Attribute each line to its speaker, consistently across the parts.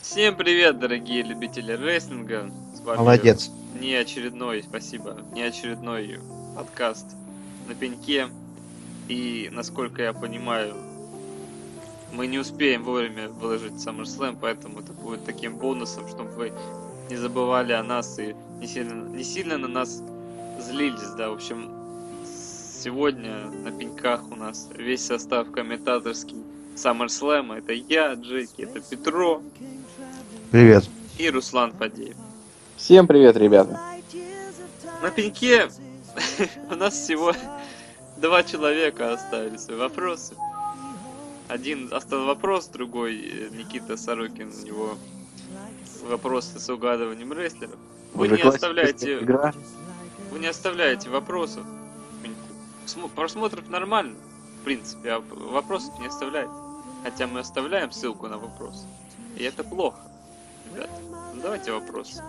Speaker 1: Всем привет, дорогие любители рейсинга. С вами
Speaker 2: Молодец.
Speaker 1: Не очередной, спасибо, не очередной подкаст на пеньке. И, насколько я понимаю, мы не успеем вовремя выложить SummerSlam, поэтому это будет таким бонусом, чтобы вы не забывали о нас и не сильно, не сильно на нас злились, да, в общем, сегодня на пеньках у нас весь состав комментаторский SummerSlam, это я, Джеки, это Петро
Speaker 2: Привет.
Speaker 1: и Руслан Фадеев.
Speaker 3: Всем привет, ребята.
Speaker 1: На пеньке у нас всего два человека оставили свои вопросы. Один остал вопрос, другой э, Никита Сорокин, у него вопросы с угадыванием рестлеров. Вы
Speaker 2: Уже
Speaker 1: не
Speaker 2: классическая
Speaker 1: оставляете
Speaker 2: Игра.
Speaker 1: Вы не оставляете вопросов. См- Просмотров нормально, в принципе, а вопросов не оставляете. Хотя мы оставляем ссылку на вопрос. И это плохо. Ребята, задавайте вопросы.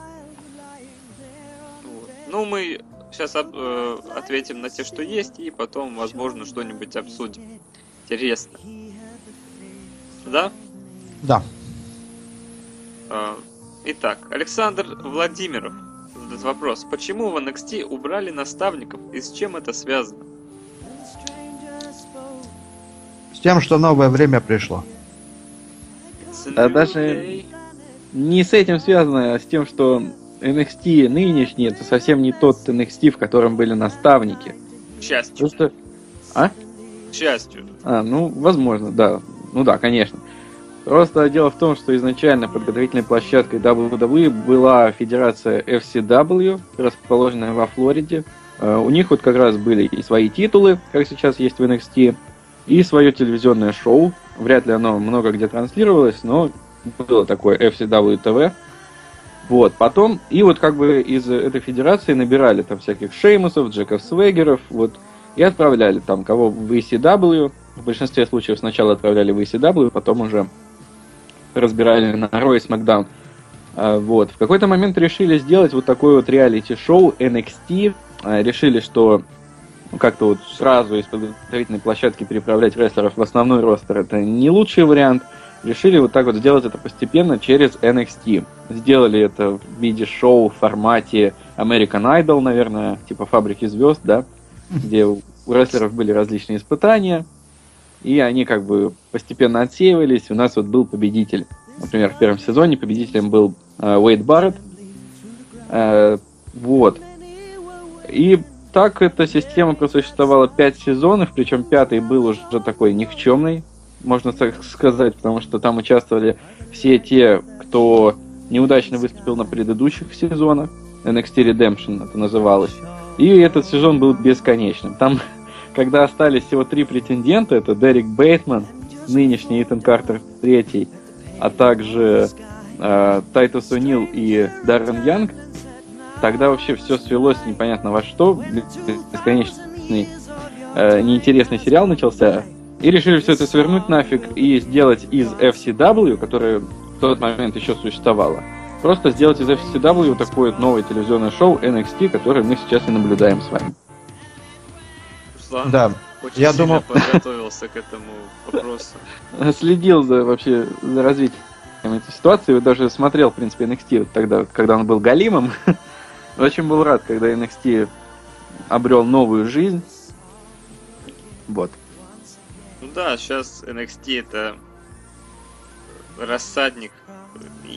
Speaker 1: Вот. Ну, мы сейчас ответим на те, что есть, и потом, возможно, что-нибудь обсудим. Интересно. Да?
Speaker 2: Да.
Speaker 1: А, Итак, Александр Владимиров задает вопрос. Почему в NXT убрали наставников и с чем это связано?
Speaker 2: С тем, что новое время пришло.
Speaker 1: С
Speaker 3: Да, А даже-
Speaker 1: New Day.
Speaker 3: Не с этим связано, а с тем, что NXT нынешний это совсем не тот NXT, в котором были наставники.
Speaker 1: К счастью.
Speaker 3: Просто,
Speaker 1: К счастью.
Speaker 3: а, ну, возможно, да. Ну да, конечно. Просто дело в том, что изначально подготовительной площадкой WWE была федерация FCW, расположенная во Флориде. Э, У них вот как раз были и свои титулы, как сейчас есть в NXT, и свое телевизионное шоу. Вряд ли оно много где транслировалось, но было такое FCW TV. Вот, потом, и вот как бы из этой федерации набирали там всяких Шеймусов, Джеков Свегеров, вот, и отправляли там кого в ECW. В большинстве случаев сначала отправляли в ECW, потом уже разбирали на Raw и SmackDown. А, Вот. В какой-то момент решили сделать вот такое вот реалити-шоу NXT. А, Решили, что ну, как-то вот сразу из подготовительной площадки переправлять рестлеров в основной ростер это не лучший вариант. Решили вот так вот сделать это постепенно через NXT. Сделали это в виде шоу в формате American Idol, наверное, типа фабрики звезд, да, где у у рестлеров были различные испытания, и они как бы постепенно отсеивались. У нас вот был победитель. Например, в первом сезоне победителем был э, Уэйд Барретт. Э, вот. И так эта система просуществовала 5 сезонов, причем пятый был уже такой никчемный, можно так сказать, потому что там участвовали все те, кто неудачно выступил на предыдущих сезонах. NXT Redemption это называлось. И этот сезон был бесконечным. Там, когда остались всего три претендента, это Дерек Бейтман, нынешний Итан Картер третий, а также э, Тайтус Унил и Даррен Янг, тогда вообще все свелось непонятно во что. Бесконечный э, неинтересный сериал начался. И решили все это свернуть нафиг и сделать из FCW, которая в тот момент еще существовала, просто сделать из FCW вот такое вот новое телевизионное шоу NXT, которое мы сейчас и наблюдаем с вами.
Speaker 1: Руслан
Speaker 2: Да.
Speaker 1: очень
Speaker 2: я
Speaker 1: сильно
Speaker 2: думал-
Speaker 1: подготовился к этому вопросу.
Speaker 3: Следил за вообще за развитием этой ситуации, вот даже смотрел, в принципе, NXT вот тогда, вот, когда он был галимом. Очень был рад, когда NXT обрел новую жизнь. Вот.
Speaker 1: Ну да, сейчас NXT это рассадник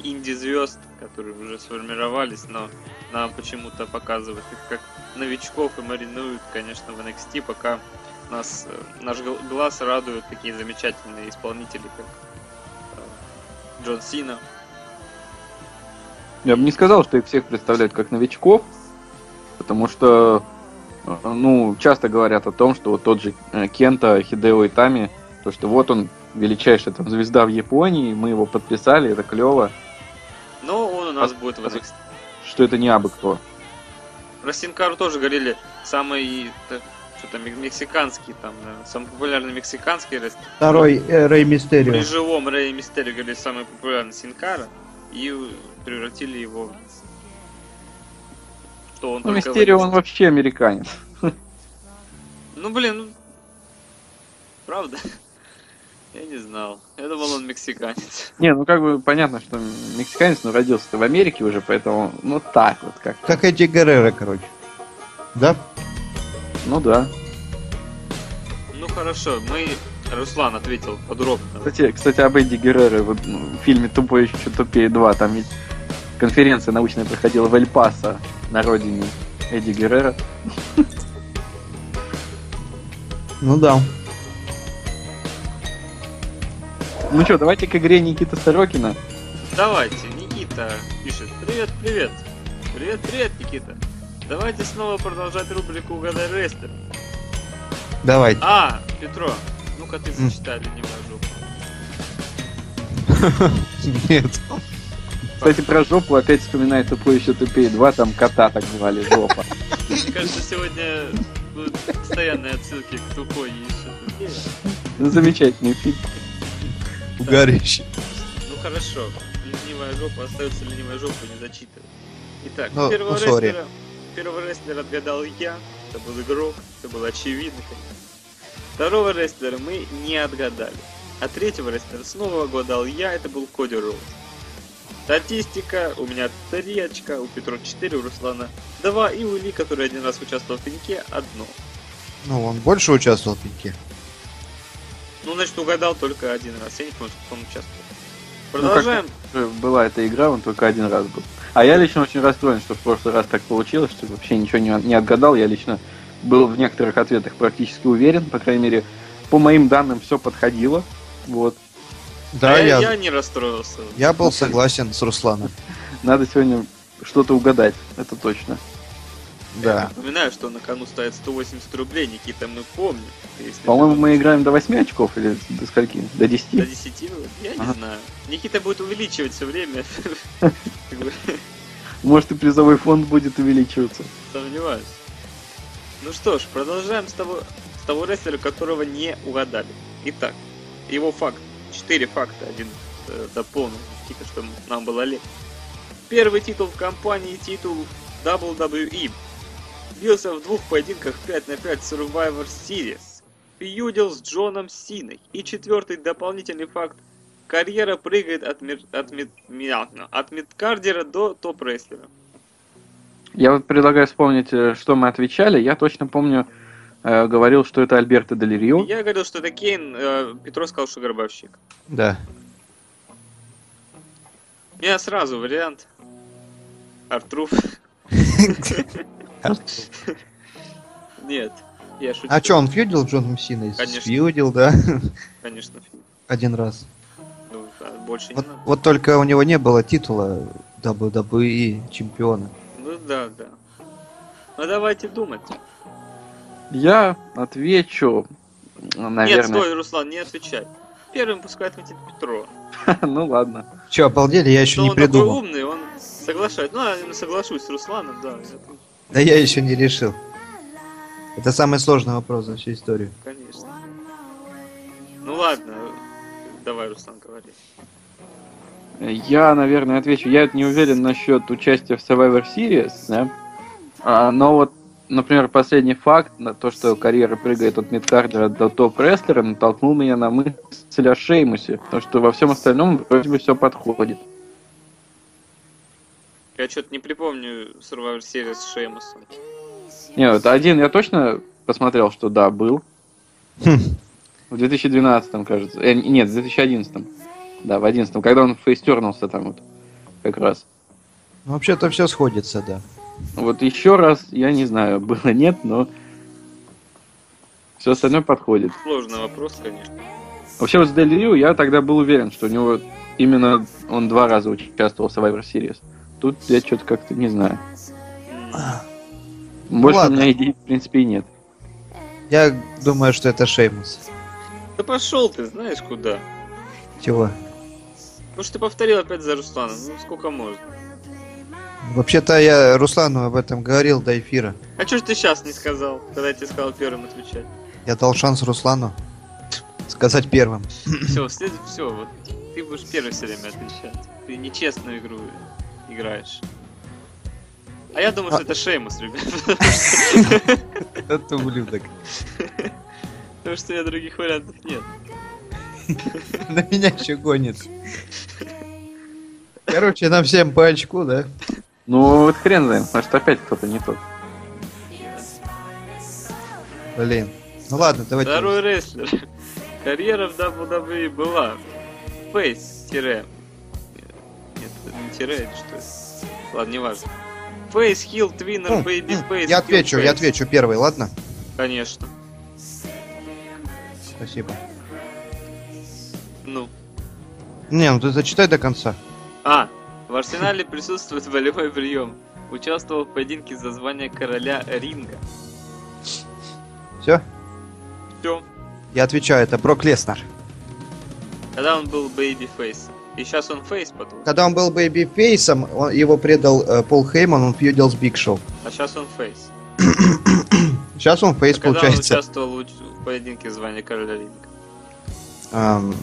Speaker 1: инди-звезд, которые уже сформировались, но нам почему-то показывают их как новичков и маринуют, конечно, в NXT, пока нас, э, наш гл- глаз радуют такие замечательные исполнители, как э, Джон Сина.
Speaker 3: Я бы не сказал, что их всех представляют как новичков, потому что, э, ну, часто говорят о том, что вот тот же э, Кента, Хидео Итами, то, что вот он величайшая там звезда в Японии, мы его подписали, это клево,
Speaker 1: Но он у нас будет в
Speaker 3: а-
Speaker 1: NXT.
Speaker 3: что это не абы кто.
Speaker 1: Про Синкару тоже говорили, самый э, что там, мек- мексиканский, там, наверное, самый популярный мексиканский рестлер.
Speaker 2: Второй э, Рэй Мистерио.
Speaker 1: При живом Рэй Мистерио говорили самый популярный Синкара и э, превратили его в- что он
Speaker 3: Ну,
Speaker 1: только
Speaker 3: Мистерио, он
Speaker 1: выдаст.
Speaker 3: вообще американец.
Speaker 1: Ну блин, ну, правда. Я не знал. Я думал, он мексиканец.
Speaker 3: Не, ну как бы понятно, что мексиканец, но родился-то в Америке уже, поэтому, ну так вот как.
Speaker 2: Как эти Герреры, короче. Да?
Speaker 3: Ну да.
Speaker 1: Ну хорошо, мы... Руслан ответил подробно.
Speaker 3: Кстати, кстати об Эдди Герреро вот, ну, в фильме «Тупой еще тупее 2», там ведь конференция научная проходила в Эль-Пасо на родине Эдди Геррера.
Speaker 2: Ну да.
Speaker 3: Ну что, давайте к игре Никита Сорокина.
Speaker 1: Давайте, Никита пишет. Привет, привет. Привет, привет, Никита. Давайте снова продолжать рубрику «Угадай рестлер».
Speaker 2: Давайте.
Speaker 1: А, Петро, ну-ка ты
Speaker 2: М.
Speaker 1: зачитали, не могу.
Speaker 2: Нет.
Speaker 3: Кстати, про жопу опять вспоминает «Тупой еще тупее 2», там кота так звали, жопа.
Speaker 1: Мне кажется, сегодня будут постоянные отсылки к тупой и ещё тупее.
Speaker 3: Ну, замечательный фильм.
Speaker 2: Угарище.
Speaker 1: Ну хорошо, ленивая жопа остается ленивая жопа, не зачитывай. Итак,
Speaker 2: Ну,
Speaker 1: первого,
Speaker 2: ну, сори.
Speaker 1: рестлера, первого рестлера отгадал я, это был игрок, это было очевидно, конечно. Второго рестлера мы не отгадали. А третьего рестлера снова отгадал я, это был Коди Роуз. Статистика, у меня 3 очка, у Петра 4, у Руслана 2, и у Ли, который один раз участвовал в пеньке, одно.
Speaker 2: Ну, он больше участвовал в пике.
Speaker 1: Ну, значит, угадал только один раз, я не помню, сколько он участвовал.
Speaker 3: Ну, как-то
Speaker 1: Продолжаем.
Speaker 3: Была эта игра, он только один раз был. А я лично очень расстроен, что в прошлый раз так получилось, что вообще ничего не, не отгадал. Я лично был в некоторых ответах практически уверен, по крайней мере, по моим данным все подходило. Вот.
Speaker 2: Да,
Speaker 1: А
Speaker 2: я,
Speaker 1: я
Speaker 2: я...
Speaker 1: не расстроился.
Speaker 2: был согласен с Русланом.
Speaker 3: Надо сегодня что-то угадать, это точно.
Speaker 2: Да.
Speaker 1: Напоминаю, что на кону стоит 180 рублей, Никита, мы помним. Если
Speaker 3: По-моему,
Speaker 1: ты-
Speaker 3: мы играем до 8 очков или до скольки? До 10?
Speaker 1: До 10, ну, я не
Speaker 3: Ага.
Speaker 1: знаю. Никита будет увеличивать все время. Как бы,
Speaker 3: Может и призовой фонд будет увеличиваться.
Speaker 1: Сомневаюсь. Ну что ж, продолжаем с того, с того рестлера, которого не угадали. Итак, его факт. Четыре факта. Один э, дополнил Никита, что нам было легче. Первый титул в компании, титул WWE. Бился в двух поединках 5 на 5 Survivor Series. Фьюдил с Джоном Синой. И четвертый дополнительный факт. Карьера прыгает от, мир- от, мид- мя- от мидкардера до топ-рестлера.
Speaker 3: Я вот предлагаю вспомнить, э, что мы отвечали. Я точно помню, э, говорил, что это Альберто Дель
Speaker 2: Ну?
Speaker 3: Рио.
Speaker 1: Я говорил, что это Кейн, э, Петро сказал, что Горбовщик.
Speaker 2: Да.
Speaker 1: У меня сразу вариант. Артруф. Нет, я шучу.
Speaker 2: А что, он фьюдил Джон Мсиной?
Speaker 1: Конечно.
Speaker 2: Фьюдил, да,
Speaker 1: Конечно.
Speaker 2: один раз.
Speaker 1: Ну, а больше не
Speaker 2: Вот,
Speaker 1: надо.
Speaker 2: вот только у него не было титула WWE чемпиона.
Speaker 1: Ну да, да. Ну давайте думать.
Speaker 3: Я отвечу, э,
Speaker 1: Нет,
Speaker 3: наверное.
Speaker 1: стой, Руслан, не отвечай. Первым пускай ответит Петро.
Speaker 3: ну ладно.
Speaker 2: Че, обалдели, я еще
Speaker 1: Что
Speaker 2: не
Speaker 1: он такой
Speaker 2: придумал.
Speaker 1: умный, он соглашается. Ну, я соглашусь с Русланом, да, это,
Speaker 2: Да я еще не решил. Это самый сложный вопрос за всю историю.
Speaker 1: конечно. Ну ладно, давай, Руслан, говори.
Speaker 3: Я, наверное, отвечу. Я не уверен насчет участия в Survivor Series, да? А, но вот, например, последний факт, на то, что карьера прыгает от мидкардера до топ-рестлера, натолкнул меня на мысль о Шеймусе. Потому что во всем остальном вроде бы все подходит.
Speaker 1: Я что-то не припомню Survivor Series с Шеймусом.
Speaker 3: Не, вот один я точно посмотрел, что да, был.
Speaker 2: Хм.
Speaker 3: В 2012, кажется. Э, нет, в 2011. Да, в 11, когда он фейстернулся там вот как раз.
Speaker 2: Ну, вообще-то все сходится, да.
Speaker 3: Вот еще раз, я не знаю, было нет, но все остальное подходит.
Speaker 1: Сложный вопрос, конечно.
Speaker 3: Вообще вот с Дель Рио я тогда был уверен, что у него именно он два раза участвовал в Survivor Series. Тут я что-то как-то не знаю.
Speaker 1: М,
Speaker 3: Больше
Speaker 2: ладно.
Speaker 3: у меня идей, в принципе, и нет.
Speaker 2: Я думаю, что это Шеймус.
Speaker 1: Да пошел ты, знаешь куда.
Speaker 2: Чего?
Speaker 1: Ну что ты повторил опять за Русланом, ну сколько можно.
Speaker 2: Вообще-то я Руслану об этом говорил до эфира.
Speaker 1: А что ж ты сейчас не сказал, когда я тебе сказал первым отвечать?
Speaker 2: Я дал шанс Руслану сказать первым.
Speaker 1: Все, след... все, вот ты будешь первый все время отвечать. Ты нечестную игру играешь. А я думаю, что это Шеймус, ребят.
Speaker 2: Это ублюдок.
Speaker 1: Потому что у меня других вариантов нет.
Speaker 2: На меня еще гонит. Короче, нам всем по очку, да?
Speaker 3: Ну, вот хрен знает, может опять кто-то не тот.
Speaker 2: Блин. Ну ладно, давайте.
Speaker 1: Второй рестлер. Карьера в WWE была. Фейс тире. Нет, это не тире, это что это? Ладно, не важно. Фейс, хил, твиннер,
Speaker 2: Ну,
Speaker 1: бейби, фейс.
Speaker 2: я отвечу, я отвечу первый, ладно?
Speaker 1: Конечно.
Speaker 2: Спасибо.
Speaker 1: Ну.
Speaker 2: Не, ну ты зачитай до конца.
Speaker 1: А, в арсенале присутствует волевой прием. Участвовал в поединке за звание короля ринга.
Speaker 2: Все?
Speaker 1: Все.
Speaker 2: Я отвечаю, это Брок Леснер.
Speaker 1: Когда он был бейби фейс. И сейчас он фейс, потом.
Speaker 2: Когда он был бэйби фейсом, он, его предал э, Пол Хейман, он фьюдил с Биг Шоу.
Speaker 1: А сейчас он фейс.
Speaker 2: Сейчас он фейс,
Speaker 1: А Когда он
Speaker 2: получается,
Speaker 1: участвовал в уч- в поединке звания короля ринга.
Speaker 2: эм,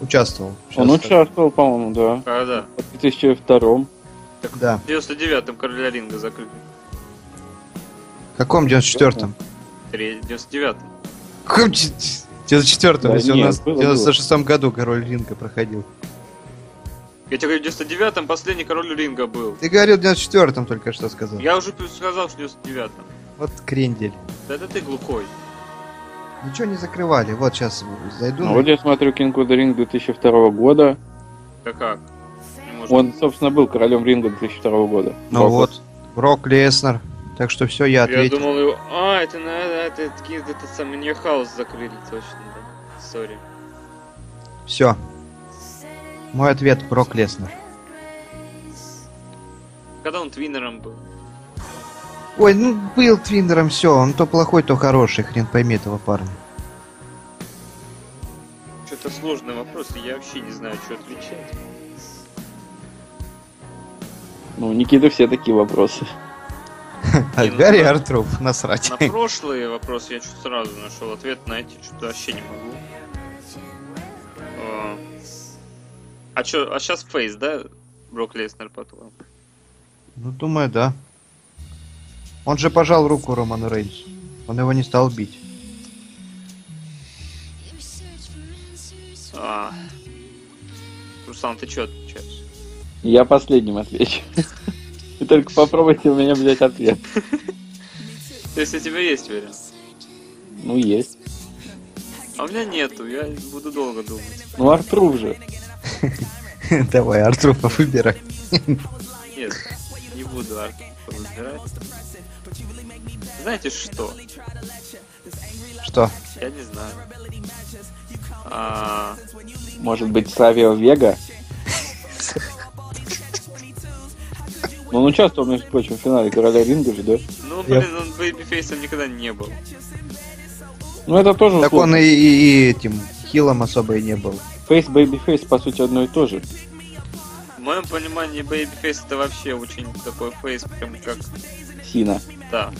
Speaker 2: участвовал.
Speaker 3: Он
Speaker 2: Сейчас,
Speaker 3: участвовал, по-моему, да.
Speaker 1: Когда?
Speaker 3: В 2002
Speaker 2: Да.
Speaker 1: А, В 99-м короля ринга закрыли.
Speaker 2: В каком 94-м?
Speaker 1: Тре- 99-м.
Speaker 2: В каком 94-м?
Speaker 3: Да
Speaker 2: если у
Speaker 3: нет,
Speaker 2: нас в
Speaker 3: было, было.
Speaker 2: 96-м году король ринга проходил.
Speaker 1: Я тебе говорю, в 99-м последний король ринга был.
Speaker 2: Ты говорил в 94-м только что сказал.
Speaker 1: Я уже сказал, что в 99-м.
Speaker 2: Вот крендель.
Speaker 1: Да это ты глухой.
Speaker 2: Ничего не закрывали. Вот сейчас зайду.
Speaker 3: Ну, вот я смотрю King of the Ring 2002 года.
Speaker 1: Да как? Не может
Speaker 3: Он, собственно, был королем ринга 2002 года.
Speaker 2: Ну
Speaker 3: Брок
Speaker 2: вот, Брок Леснер. Так что все, я
Speaker 1: Я
Speaker 2: ответил.
Speaker 1: думал, его- а, это надо, это, это, это самый Нью-Хаус закрыли, точно, да. Сори.
Speaker 2: Все. Мой ответ Брок Леснер.
Speaker 1: Когда он твиннером был?
Speaker 2: Ой, ну был твиндером все. Он то плохой, то хороший. Хрен пойми этого парня.
Speaker 1: Что-то сложный вопрос, и я вообще не знаю, что отвечать.
Speaker 3: Ну, Никита все такие вопросы.
Speaker 2: А
Speaker 1: Не, ну
Speaker 2: Гарри
Speaker 1: да.
Speaker 2: Артруб, насрать.
Speaker 1: На прошлые вопросы я что-то сразу нашел ответ на эти, что-то вообще не могу. А, А чё, а сейчас Фейс, да? Брок Леснер потом.
Speaker 2: Ну, думаю, да. Он же пожал руку Роману Рейнсу. Он его не стал бить.
Speaker 1: А. Руслан, ты что отвечаешь?
Speaker 3: Я последним отвечу. Вы только попробуйте у меня взять ответ.
Speaker 1: То есть у тебя есть вариант?
Speaker 3: Ну, есть.
Speaker 1: А у меня нету, я буду долго думать.
Speaker 3: Ну, Артрур же.
Speaker 2: Давай, Артрупа, выбирай.
Speaker 1: Нет, не буду Артур выбирать. Знаете что?
Speaker 2: Что?
Speaker 1: Я не знаю. А,
Speaker 3: Может быть, Савио Вега? Ну, он участвовал, между прочим, в финале Короля Ринга же, да?
Speaker 1: ну,
Speaker 2: Я-
Speaker 1: блин, он бейбифейсом никогда не был.
Speaker 3: Ну, это тоже
Speaker 2: Так
Speaker 3: условно.
Speaker 2: он и, и- и этим хилом особо и не был.
Speaker 3: Фейс, бэйби фейс, по сути, одно и то же.
Speaker 1: В моем понимании, бейбифейс это вообще очень такой фейс, прям как...
Speaker 3: Сина.
Speaker 1: Да.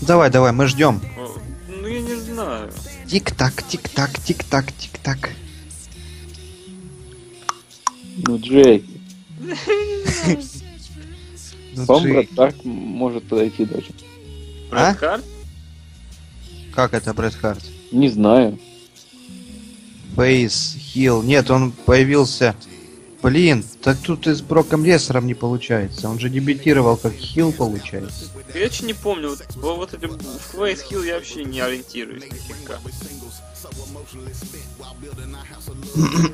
Speaker 2: Давай, давай, мы ждем.
Speaker 1: О, Ну, я не знаю.
Speaker 2: Тик-так, тик-так, тик-так, тик-так.
Speaker 3: Ну, Джей.
Speaker 2: Ну,
Speaker 3: По-моему,
Speaker 2: ты-
Speaker 3: Брэд Тарк может подойти даже.
Speaker 2: А?
Speaker 1: Брэд Харт?
Speaker 2: Как это, Брэд Харт?
Speaker 3: Не знаю.
Speaker 2: Фейс, Хилл. Нет, он появился... Блин, так тут и с Броком Лесером не получается. Он же дебютировал как Хилл, получается.
Speaker 1: Я вообще не помню, вот, во- вот это Фейс Хилл я вообще не ориентируюсь нифига.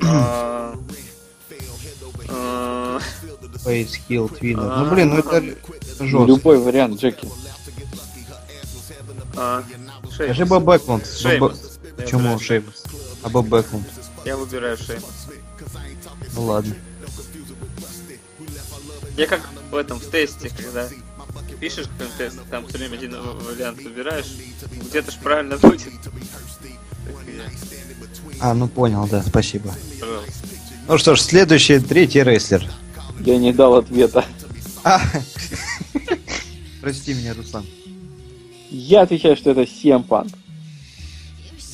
Speaker 1: А, а,
Speaker 2: Фейс, Хилл, Твиннер.
Speaker 1: А.
Speaker 2: Ну, блин, ну это жестко.
Speaker 3: Любой вариант, Джеки.
Speaker 1: а, Шеймус.
Speaker 2: Скажи Боб Бэклунд.
Speaker 1: Шеймус. Я
Speaker 2: Почему
Speaker 1: выбираю-
Speaker 2: Шеймус? А Боб Бэклунд?
Speaker 1: Я выбираю Шеймус.
Speaker 2: Ну ладно.
Speaker 1: Я как в этом в тесте, когда пишешь какой-нибудь тест, там все время один вариант выбираешь, где-то ж правильно будет. Так и я.
Speaker 2: А, ну понял, да, спасибо.
Speaker 1: Пожалуйста.
Speaker 2: Ну что ж, следующий, третий рестлер.
Speaker 3: Я не дал ответа.
Speaker 2: А. Прости меня, Руслан.
Speaker 3: Я отвечаю, что это CM Punk.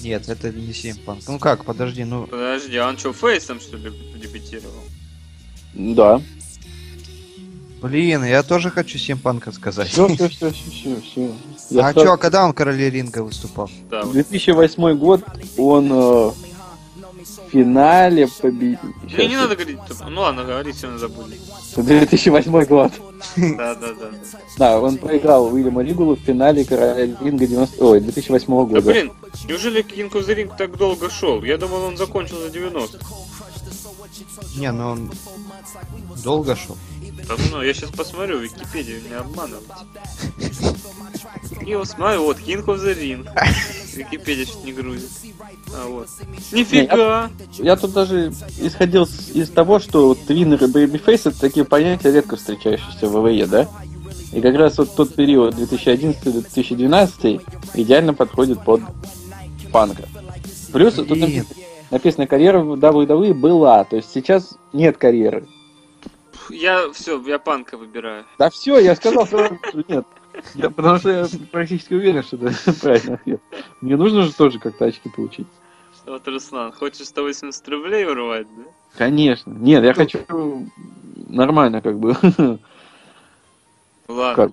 Speaker 2: Нет, это не Симпанк. Ну как, подожди, ну...
Speaker 1: Подожди, а он что, фейсом что ли дебютировал?
Speaker 3: Да.
Speaker 2: Блин, я тоже хочу Симпанка сказать.
Speaker 3: Все, все, все, все, все.
Speaker 2: А чё, когда он короле ринга выступал?
Speaker 1: Да, вот.
Speaker 3: 2008 год он э, в финале победил.
Speaker 1: Мне не надо говорить, ну ладно, говори, все забыли.
Speaker 3: 2008 год.
Speaker 1: Да, да, да.
Speaker 3: Да, он проиграл Уильяма Ригулу в финале Короля Ринга 90... Ой, 2008
Speaker 1: Да
Speaker 3: года.
Speaker 1: блин, неужели King of the Ring так долго шел? Я думал, он закончил за 90.
Speaker 2: Не, ну он долго шел.
Speaker 1: Давно, ну, я сейчас посмотрю, Википедию не обманывать. И вот смотрю, вот King of the Ring. Википедия чуть не грузит. А вот. Нифига!
Speaker 3: Я тут даже исходил с- из того, что вот твиннер и бэйбифейс это такие понятия, редко встречающиеся в ВВЕ, да? И как раз вот тот период 2011-2012 идеально подходит под панка. Плюс тут
Speaker 2: Блин.
Speaker 3: напи- написано, карьера в WWE была, то есть сейчас нет карьеры.
Speaker 1: Пф, Я все, я панка выбираю.
Speaker 3: Да все, я сказал сразу, что нет. Я- потому что я практически уверен, что это правильный ответ. Мне нужно же тоже как-то очки получить.
Speaker 1: Вот Руслан, хочешь 180 рублей урвать, да?
Speaker 3: Конечно. Нет, я хочу нормально как бы.
Speaker 1: Ладно.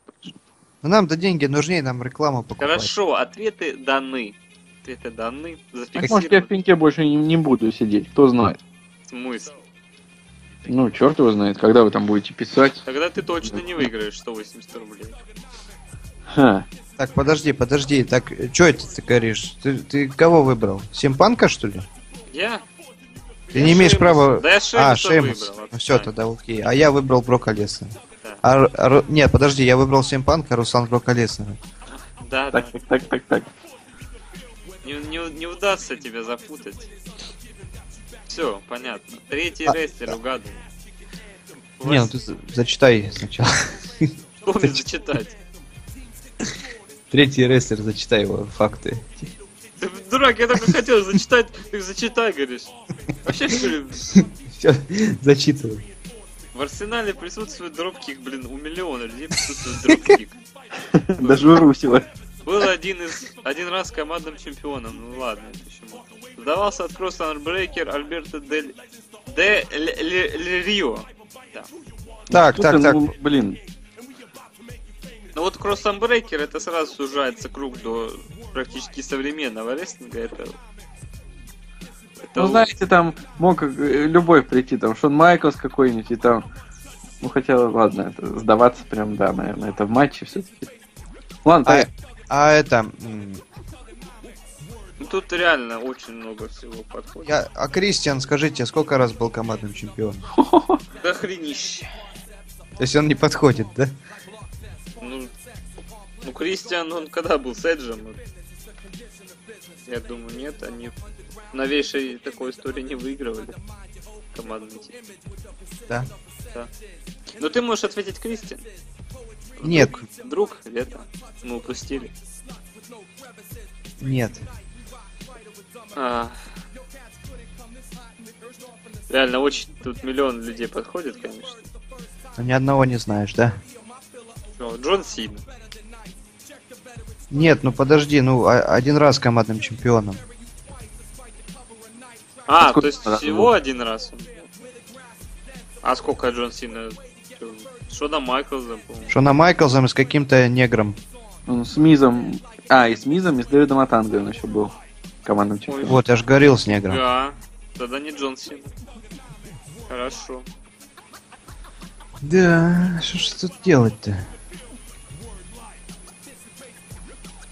Speaker 2: Ну нам-то деньги нужнее, нам реклама покупать.
Speaker 1: Хорошо, ответы даны. Ответы даны.
Speaker 3: Так, может, я в
Speaker 1: Зафиксированы.
Speaker 3: пеньке больше не, не буду сидеть, кто знает.
Speaker 1: В смысле?
Speaker 3: Ну, черт его знает, когда вы там будете писать.
Speaker 1: Тогда ты точно не выиграешь 180 рублей.
Speaker 3: Ха.
Speaker 2: Так, подожди, подожди. Так, что это ты говоришь? Ты, ты кого выбрал? Симпанка, что ли?
Speaker 1: Я?
Speaker 2: Ты не имеешь права...
Speaker 1: Да я Шеймуса
Speaker 2: а, Шеймус.
Speaker 1: выбрал.
Speaker 2: Ну все,
Speaker 1: отстань.
Speaker 2: тогда окей. А я выбрал Брока Лесна.
Speaker 1: Да.
Speaker 2: А, Р- Р- нет, подожди, я выбрал Симпанка, Руслан Брока Леснера.
Speaker 1: Да, да.
Speaker 3: Так, так, так, так, так.
Speaker 1: Не, не- не удастся тебя запутать. Все, понятно. Третий
Speaker 2: А,
Speaker 1: рейстер угадывал.
Speaker 2: Не, ну ты за- зачитай сначала.
Speaker 1: Помни зачитать.
Speaker 2: Третий рестлер, зачитай его факты.
Speaker 1: Ты дурак, я только хотел зачитать, ты зачитай, говоришь. Вообще, что ли,
Speaker 2: Все, зачитывай.
Speaker 1: в арсенале присутствует дропкик, блин, у миллиона людей присутствует дропкик.
Speaker 3: Даже урусила.
Speaker 1: Был один из один раз командным чемпионом. Ну ладно, это еще можно. Сдавался от кросс анбрейкер Альберто Дель Де Ле- Ле- Ле- Рио. Да.
Speaker 2: Так,
Speaker 3: Тут,
Speaker 2: так, так.
Speaker 3: ну, Блин,
Speaker 1: Ну вот кросс анбрейкер это сразу сужается круг до практически современного рестлинга. Это, это
Speaker 3: ну
Speaker 1: у-
Speaker 3: знаете, там мог э, любой прийти, там Шон Майклс какой-нибудь, и там... Ну, хотя, ладно, это сдаваться прям, да, наверное, это в матче все-таки. Ладно,
Speaker 2: А,
Speaker 3: так,
Speaker 2: а это... м,
Speaker 1: ну, тут реально очень много всего подходит.
Speaker 2: Я, а Кристиан, скажите, сколько раз был командным чемпионом?
Speaker 1: Да хренище.
Speaker 2: То есть он не подходит, да?
Speaker 1: Ну, ну, Кристиан, он когда был с Эджем? Я думаю, нет, они в новейшей такой истории не выигрывали. Командный титул.
Speaker 2: Да.
Speaker 1: Ну ты можешь ответить Кристиан.
Speaker 2: Нет,
Speaker 1: Друг, лето. Мы упустили.
Speaker 2: нет.
Speaker 1: А. Реально, очень тут миллион людей подходит, конечно.
Speaker 2: Ну, Ни одного не знаешь, да?
Speaker 1: О, Джон Син.
Speaker 2: Нет, ну подожди, ну а- один раз командным чемпионом.
Speaker 1: А, то
Speaker 3: Откуда
Speaker 1: есть
Speaker 3: раз
Speaker 1: всего
Speaker 3: был?
Speaker 1: один раз он был. А сколько Джон Сина? Что на Майкл по-моему.
Speaker 2: Шона Майклзом и с каким-то негром.
Speaker 3: он с Мизом... А, и с Мизом, и с Дэвидом Атанго он еще был командным чемпионом.
Speaker 1: Ой,
Speaker 2: Вот, я же говорил с негром.
Speaker 1: Да, тогда не Джон Сина. Хорошо.
Speaker 2: Да, что ж тут делать-то?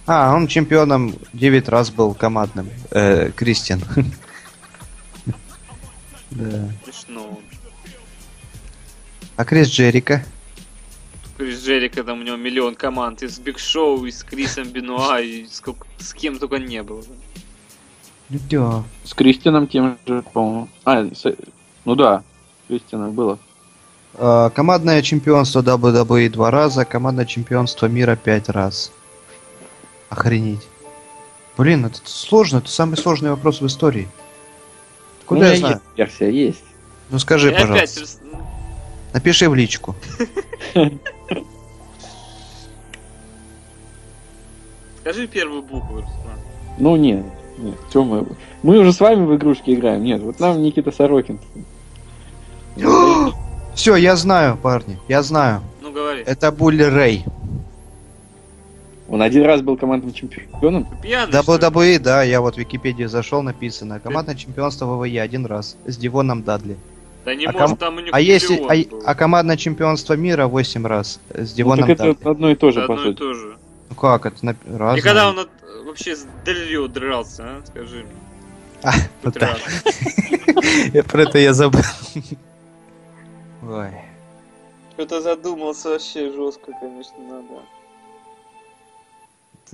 Speaker 2: А, он чемпионом 9 раз был командным. Э, Кристиан. Да.
Speaker 1: Смешно.
Speaker 2: А Крис Джерика?
Speaker 1: Крис Джерика, там у него миллион команд. И с Биг Шоу, и с Крисом Бенуа, и сколько- с кем только не было.
Speaker 2: Ну Да.
Speaker 3: С Кристином тем же, по-моему. А, с- ну да, с Кристином было.
Speaker 2: А, командное чемпионство WWE два раза, командное чемпионство мира пять раз. Охренеть. Блин, это сложно, это самый сложный вопрос в истории.
Speaker 3: Ну, у
Speaker 2: Куда я
Speaker 3: меня
Speaker 2: знаю?
Speaker 3: есть версия есть.
Speaker 2: Ну скажи,
Speaker 1: И
Speaker 2: пожалуйста.
Speaker 1: опять Рус-
Speaker 2: Напиши в личку.
Speaker 1: Скажи первую букву, Руслан.
Speaker 3: Ну нет, нет, чё мы... Мы уже с вами в игрушки играем, нет, вот нам Никита Сорокин.
Speaker 2: Все, я знаю, парни, я знаю.
Speaker 1: Ну говори.
Speaker 2: Это Булли Рэй.
Speaker 3: Он один раз был командным чемпионом.
Speaker 1: Ты Пьяный. что ли?
Speaker 2: WWE, E, да, я вот в Википедии зашел, написано. Командное чемпионство ВВЕ один раз с Дивоном Дадли.
Speaker 1: Да не
Speaker 2: а
Speaker 1: может,
Speaker 2: ком-
Speaker 1: там у них
Speaker 2: А если,
Speaker 1: миллион
Speaker 2: а,
Speaker 1: был.
Speaker 2: а командное чемпионство мира 8 раз с
Speaker 3: Ну,
Speaker 2: Дивоном
Speaker 3: так это
Speaker 2: Дадли.
Speaker 3: одно и то же,
Speaker 1: Да
Speaker 3: по
Speaker 1: одно и
Speaker 3: сути.
Speaker 1: то же.
Speaker 2: Ну как, это нап-
Speaker 1: и
Speaker 2: разное.
Speaker 1: когда он от- вообще с Дельрио дрался, а? скажи мне.
Speaker 2: А,
Speaker 1: Хоть
Speaker 2: да.
Speaker 1: раз.
Speaker 2: Я Про это я забыл. Ой.
Speaker 1: Что-то задумался вообще жестко, конечно, надо.
Speaker 2: вот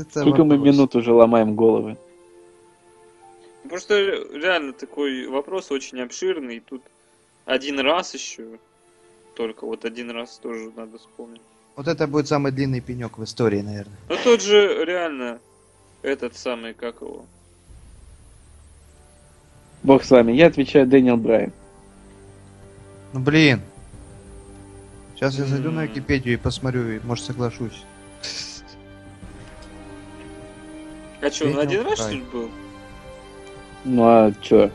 Speaker 2: это
Speaker 3: Сколько мы
Speaker 2: вопрос.
Speaker 3: минут уже ломаем головы?
Speaker 1: Потому что реально такой вопрос очень обширный. и Тут один раз еще. Только вот один раз тоже надо вспомнить.
Speaker 2: Вот это будет самый длинный пенек в истории, наверное.
Speaker 1: Но тот же реально этот самый, как его.
Speaker 3: Бог с вами. Я отвечаю Дэниел Брайан.
Speaker 2: Ну блин. Сейчас я зайду на
Speaker 1: М.
Speaker 2: Википедию и посмотрю, и, может соглашусь.
Speaker 1: А что, он
Speaker 2: Дэниел
Speaker 1: один раз
Speaker 2: Брайан.
Speaker 1: что ли был?
Speaker 3: Ну а чё?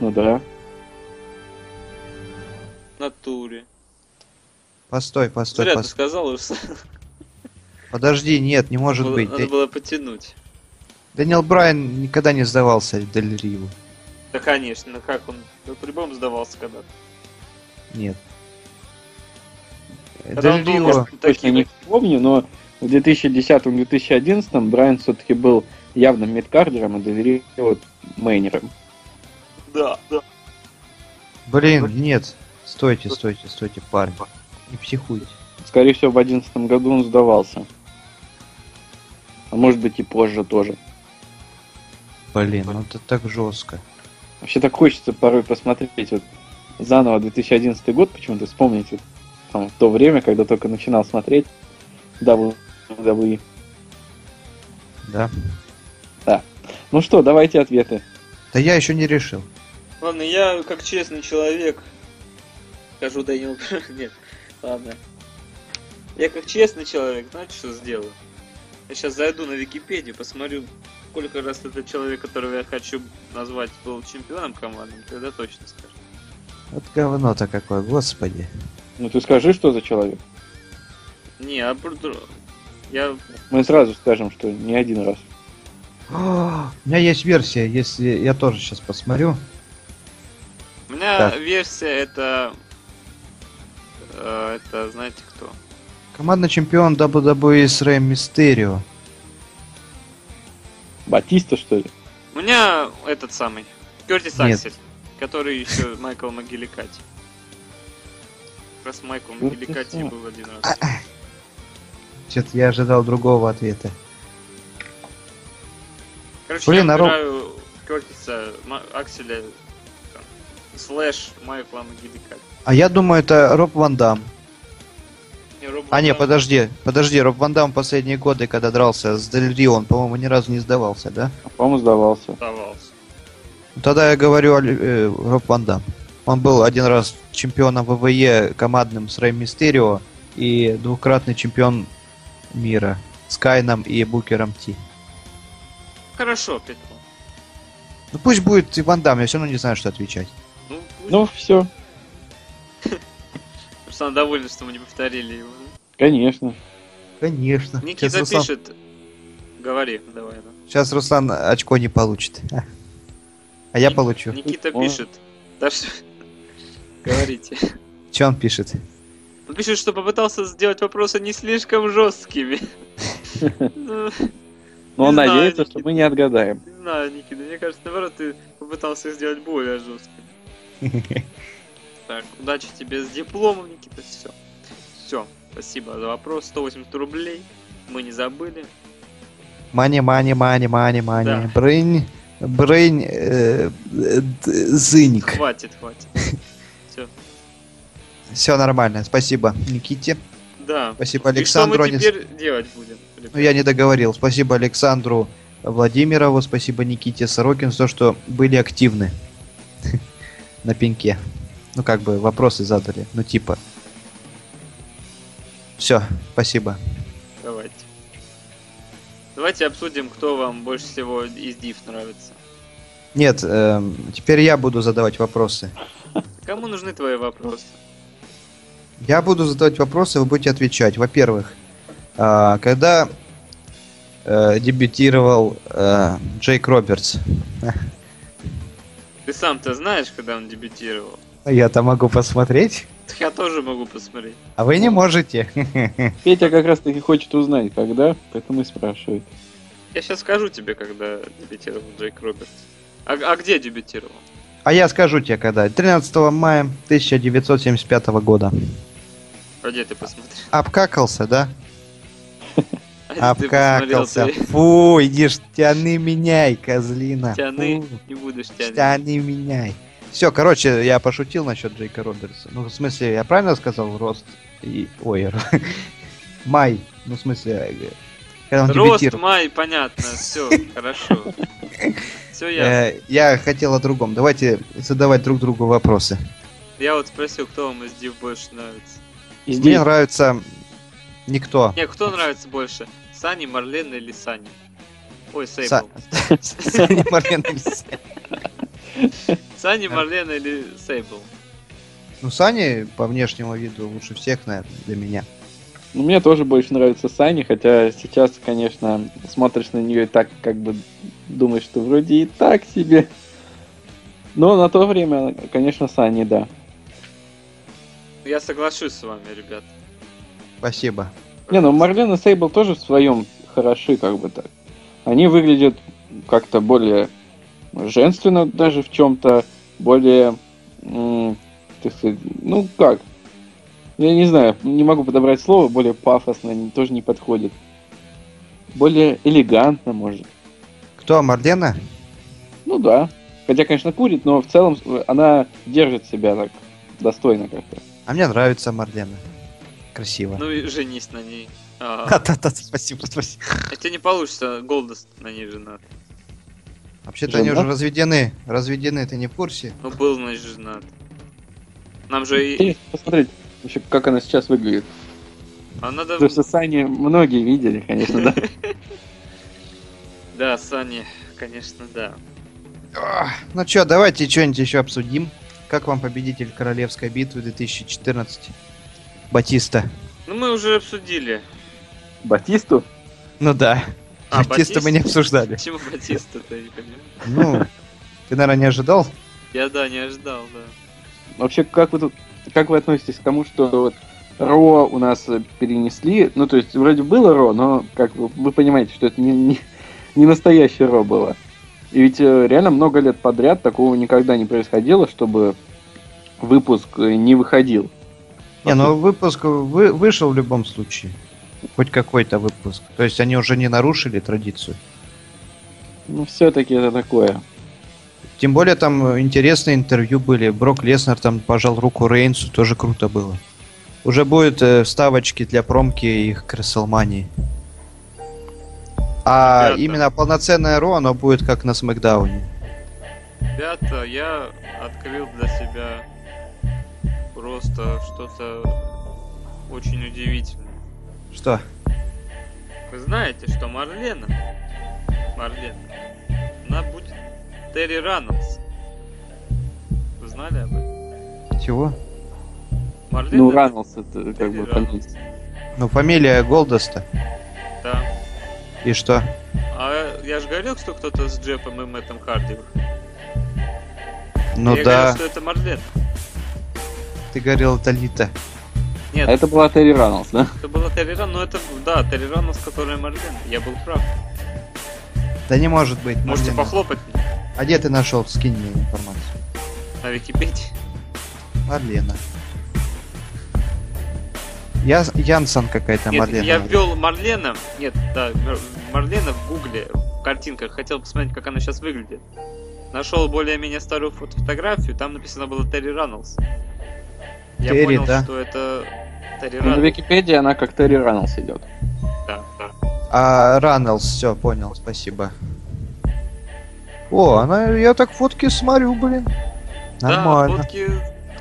Speaker 3: Ну да.
Speaker 1: В натуре.
Speaker 2: Постой, постой,
Speaker 1: Зря ты
Speaker 2: пос-
Speaker 1: сказал, что
Speaker 2: подожди, нет, не может
Speaker 1: надо
Speaker 2: быть.
Speaker 1: надо было потянуть.
Speaker 2: Даниэл Брайан никогда не сдавался Дель Рио.
Speaker 1: Да конечно, как он ну, по-любому сдавался когда-то.
Speaker 2: Нет. Э,
Speaker 1: Когда он
Speaker 2: Дель
Speaker 1: был
Speaker 2: Рио,
Speaker 1: просто
Speaker 3: Точно
Speaker 1: таким
Speaker 3: не помню, но в 2010-2011 Брайан все-таки был явным мидкардером, а Дель Рио вот мейнером.
Speaker 1: Да, да.
Speaker 2: блин, нет. Стойте, стойте, стойте, парни. Не психуйте.
Speaker 3: Скорее всего, в 2011 году он сдавался. А может быть и позже тоже.
Speaker 2: Блин, ну это так жестко.
Speaker 3: Вообще так хочется порой посмотреть вот заново 2011 год, почему-то вспомнить вот там, в то время, когда только начинал смотреть WWE.
Speaker 2: Да.
Speaker 3: Ну что, давайте ответы.
Speaker 2: Да я еще не решил.
Speaker 1: Ладно, я как честный человек скажу Дэниел Брайан. Нет, ладно. Я как честный человек, знаете, что сделаю? Я сейчас зайду на Википедию, посмотрю, сколько раз этот человек, которого я хочу назвать, был чемпионом команды, тогда точно скажу.
Speaker 2: Вот говно-то какое, господи.
Speaker 3: Ну ты скажи, что за человек.
Speaker 1: Не, а про дру- я
Speaker 3: Мы сразу скажем, что не один раз.
Speaker 2: О, А, у меня есть версия, если я тоже сейчас посмотрю.
Speaker 1: У меня
Speaker 2: Так.
Speaker 1: версия это... э, Это, знаете кто?
Speaker 2: Командный чемпион WWE с Рэй Мистерио.
Speaker 3: Батиста, что ли?
Speaker 1: У меня этот самый. Кертис
Speaker 2: Нет.
Speaker 1: Аксель, который еще Майкл Магеликати. Как раз Майкл
Speaker 3: Кёртис
Speaker 1: Магеликати
Speaker 3: Аксель.
Speaker 1: был один
Speaker 2: А,
Speaker 1: раз.
Speaker 2: Чё-то я ожидал другого ответа.
Speaker 1: Короче,
Speaker 2: Блин,
Speaker 1: я
Speaker 2: а Роб-
Speaker 1: выбираю Кертиса Ма- Акселя там, слэш Майкла Магеликати.
Speaker 2: А я думаю, это Роб Ван Дам.
Speaker 1: Не, Роб
Speaker 2: А, не,
Speaker 1: Ван Дам-
Speaker 2: подожди, подожди, Роб Ван Дам последние годы, когда дрался с Дель Рио, он, по-моему, ни разу не сдавался, да?
Speaker 3: А, По-моему, сдавался.
Speaker 1: Оставался.
Speaker 2: Ну, Тогда я говорю о Лю- э, Роб Ван Дам. Он был один раз чемпионом ВВЕ командным с Рэй Мистерио и двукратный чемпион мира с Кайном и Букером Ти.
Speaker 1: Хорошо, пять пунктов.
Speaker 2: Ну пусть будет и Ван Дам, я все равно не знаю, что отвечать.
Speaker 1: Ну, пусть.
Speaker 3: Ну, все,
Speaker 1: Просто она довольна, что мы не повторили его. да?
Speaker 3: конечно.
Speaker 2: Конечно.
Speaker 1: Никита
Speaker 2: Сейчас Руслан,
Speaker 1: пишет. Говори, давай. да.
Speaker 2: сейчас Руслан очко не получит. А я получу.
Speaker 1: Никита
Speaker 3: Ладно.
Speaker 1: пишет. Да что... Говорите.
Speaker 2: Че он пишет?
Speaker 1: Он пишет, что попытался сделать вопросы не слишком жесткими. Ну,
Speaker 3: Но он
Speaker 1: Не знаю,
Speaker 3: надеется, а что
Speaker 1: Никита.
Speaker 3: мы не отгадаем.
Speaker 1: не знаю, Никита, мне кажется, наоборот, ты попытался их сделать более жесткими. Так, удачи тебе с дипломом, Никита, все. Все, спасибо за вопрос, 180 рублей, мы не забыли.
Speaker 2: Мани, мани, мани, мани,
Speaker 1: Да.
Speaker 2: мани. Брынь, брынь, э, э, д- зыньк.
Speaker 1: Хватит, хватит. Все.
Speaker 2: Все нормально, спасибо Никите.
Speaker 1: Да.
Speaker 2: Спасибо
Speaker 1: И что
Speaker 2: Александру.
Speaker 1: мы
Speaker 2: они-
Speaker 1: теперь делать будем? ребят?
Speaker 2: Ну, я не договорил. Спасибо Александру Владимирову, спасибо Никите Сорокину за то, что были активны на пеньке. Ну, как бы вопросы задали, ну, типа. Все, спасибо.
Speaker 1: Давайте. Давайте обсудим, кто вам больше всего из див нравится.
Speaker 2: Нет, эм, теперь я буду задавать вопросы.
Speaker 1: Кому нужны твои вопросы?
Speaker 2: Я буду задавать вопросы, вы будете отвечать. Во-первых, а, когда э, дебютировал э, Джейк Робертс,
Speaker 1: Ты сам-то знаешь, когда он дебютировал?
Speaker 2: я-то могу посмотреть,
Speaker 1: Так Я тоже могу посмотреть.
Speaker 2: а вы не можете.
Speaker 3: Петя как раз таки хочет узнать, когда, поэтому и спрашивает.
Speaker 1: Я сейчас скажу тебе, когда дебютировал Джейк Робертс. А, а где дебютировал?
Speaker 2: А я скажу тебе, когда. 13 мая 1975 года.
Speaker 1: А где ты посмотрел?
Speaker 2: Обкакался, да?
Speaker 1: А где ты посмотрел?
Speaker 2: Обкакался.
Speaker 1: Ты
Speaker 2: Фу, иди ж тяны меняй, козлина.
Speaker 1: Тяны,
Speaker 2: Фу,
Speaker 1: не будешь тянуть.
Speaker 2: Тяны меняй. Все, короче, я пошутил насчет Джейка Робертса. Ну, в смысле, я правильно сказал? Рост и... Ой, май. Ну, в смысле, э, когда он
Speaker 1: Рост,
Speaker 2: дебютировал.
Speaker 1: май, понятно, все, хорошо. Все ясно.
Speaker 2: Э, я хотел о другом. Давайте задавать друг другу вопросы.
Speaker 1: Я вот спросил, кто вам из Див больше нравится.
Speaker 3: И
Speaker 2: Мне
Speaker 3: здесь
Speaker 2: нравится никто.
Speaker 1: Не, кто нравится больше? Сани, Марлен или Сани? Ой,
Speaker 2: Са-
Speaker 1: Сейбл.
Speaker 2: Саня Марлен или Саня? Э.
Speaker 1: Сани, Марлен или Сейбл?
Speaker 2: Ну, Сани по внешнему виду лучше всех, наверное, для меня.
Speaker 3: Ну, мне тоже больше нравится Сани, хотя сейчас, конечно, смотришь на нее и так, как бы думаешь, что вроде и так себе. Но на то время, конечно, Сани, да.
Speaker 1: Я соглашусь с вами, ребят.
Speaker 2: Спасибо.
Speaker 3: Не, ну Марлен и Сейбл тоже в своем хороши, как бы так. Они выглядят как-то более женственно даже в чем-то, более, м, так сказать, ну как, я не знаю, не могу подобрать слово, более пафосно, они тоже не подходит. Более элегантно, может.
Speaker 2: Кто, Марлена?
Speaker 3: Ну да. Хотя, конечно, курит, но в целом э, она держит себя так достойно как-то.
Speaker 2: А мне нравится Марлена. Красиво.
Speaker 1: Ну и женись на ней. А,
Speaker 2: Та-та-та, спасибо, спасибо.
Speaker 1: а тебе не получится, Голдос на ней женат.
Speaker 2: Вообще-то они
Speaker 3: Жена?
Speaker 2: уже разведены. Разведены, ты не в курсе?
Speaker 1: Ну был, значит, женат. Нам же и...
Speaker 3: Интересно посмотреть вообще, как она сейчас выглядит.
Speaker 1: А надо...
Speaker 3: Потому что Сани многие видели, конечно, да.
Speaker 1: Да, Сани, конечно, да.
Speaker 2: Ну чё, давайте что-нибудь еще обсудим. Как вам победитель Королевской битвы 2014? Батиста.
Speaker 1: Ну мы уже обсудили.
Speaker 3: Батисту?
Speaker 2: Ну да.
Speaker 1: А,
Speaker 2: Батиста мы не обсуждали.
Speaker 1: Почему Батиста-то, я не понимаю.
Speaker 2: Ну, ты, наверное, не ожидал?
Speaker 1: Я, да, не ожидал, да.
Speaker 3: Вообще, как вы тут, как вы относитесь к тому, что вот Ро у нас э, перенесли, ну то есть вроде было Ро, но как вы, вы понимаете, что это не, не, не настоящее Ро было. И ведь э, реально много лет подряд такого никогда не происходило, чтобы выпуск э, не выходил.
Speaker 2: Не, ну выпуск вы- вышел в любом случае. Хоть какой-то выпуск. То есть они уже не нарушили традицию.
Speaker 3: Ну все-таки это такое.
Speaker 2: Тем более там э, интересные интервью были. Брок Леснер там пожал руку Рейнсу, тоже круто было. Уже будут э, вставочки для промки их к Расселмании. А
Speaker 1: Ребята.
Speaker 2: именно полноценное Ро, оно будет как на Смакдауне.
Speaker 1: Ребята, я открыл для себя просто что-то очень удивительное.
Speaker 2: Что?
Speaker 1: Вы знаете, что Марлена, Марлена, она будет Терри Раннелс. Вы знали об этом?
Speaker 2: Чего?
Speaker 1: Марлена,
Speaker 3: Ну, Раннелс это как бы
Speaker 1: Или Раннелс.
Speaker 3: фамилия.
Speaker 2: Ну, фамилия Голдоста.
Speaker 1: да.
Speaker 2: И что?
Speaker 1: А я же говорил, что кто-то с Джепом и Мэттом Харди. выходит.
Speaker 2: Ну
Speaker 1: я
Speaker 2: да,
Speaker 1: говорил, что это Марлена.
Speaker 2: ты говорил Талита.
Speaker 1: Нет,
Speaker 3: А это была Терри Раннелс, да?
Speaker 1: это была Терри Ран, но это, да, Терри Раннелс, которая Марлена. Я был прав.
Speaker 2: Да не может быть.
Speaker 1: Можете
Speaker 2: Марлена.
Speaker 1: похлопать мне
Speaker 2: А где ты нашел? Скинь мне информацию.
Speaker 1: на Википедии.
Speaker 2: Марлена. Я... Янсон какая-то
Speaker 1: Нет,
Speaker 2: Марлена.
Speaker 1: я ввел Марлена. Нет, да, Мар- Марлена в Гугле, в картинках. Хотел посмотреть, как она сейчас выглядит. Нашел более-менее старую фото- фотографию, там написано было Терри Раннелс. Я
Speaker 2: Терри,
Speaker 1: понял,
Speaker 2: да.
Speaker 1: что это Терри
Speaker 3: Ну, На
Speaker 1: Раннелс.
Speaker 3: Википедии она как Терри Раннелс идет.
Speaker 1: Да, да.
Speaker 2: А, Раннелс, все, понял, спасибо. О, она, я так фотки смотрю, блин. Нормально.
Speaker 1: Да, фотки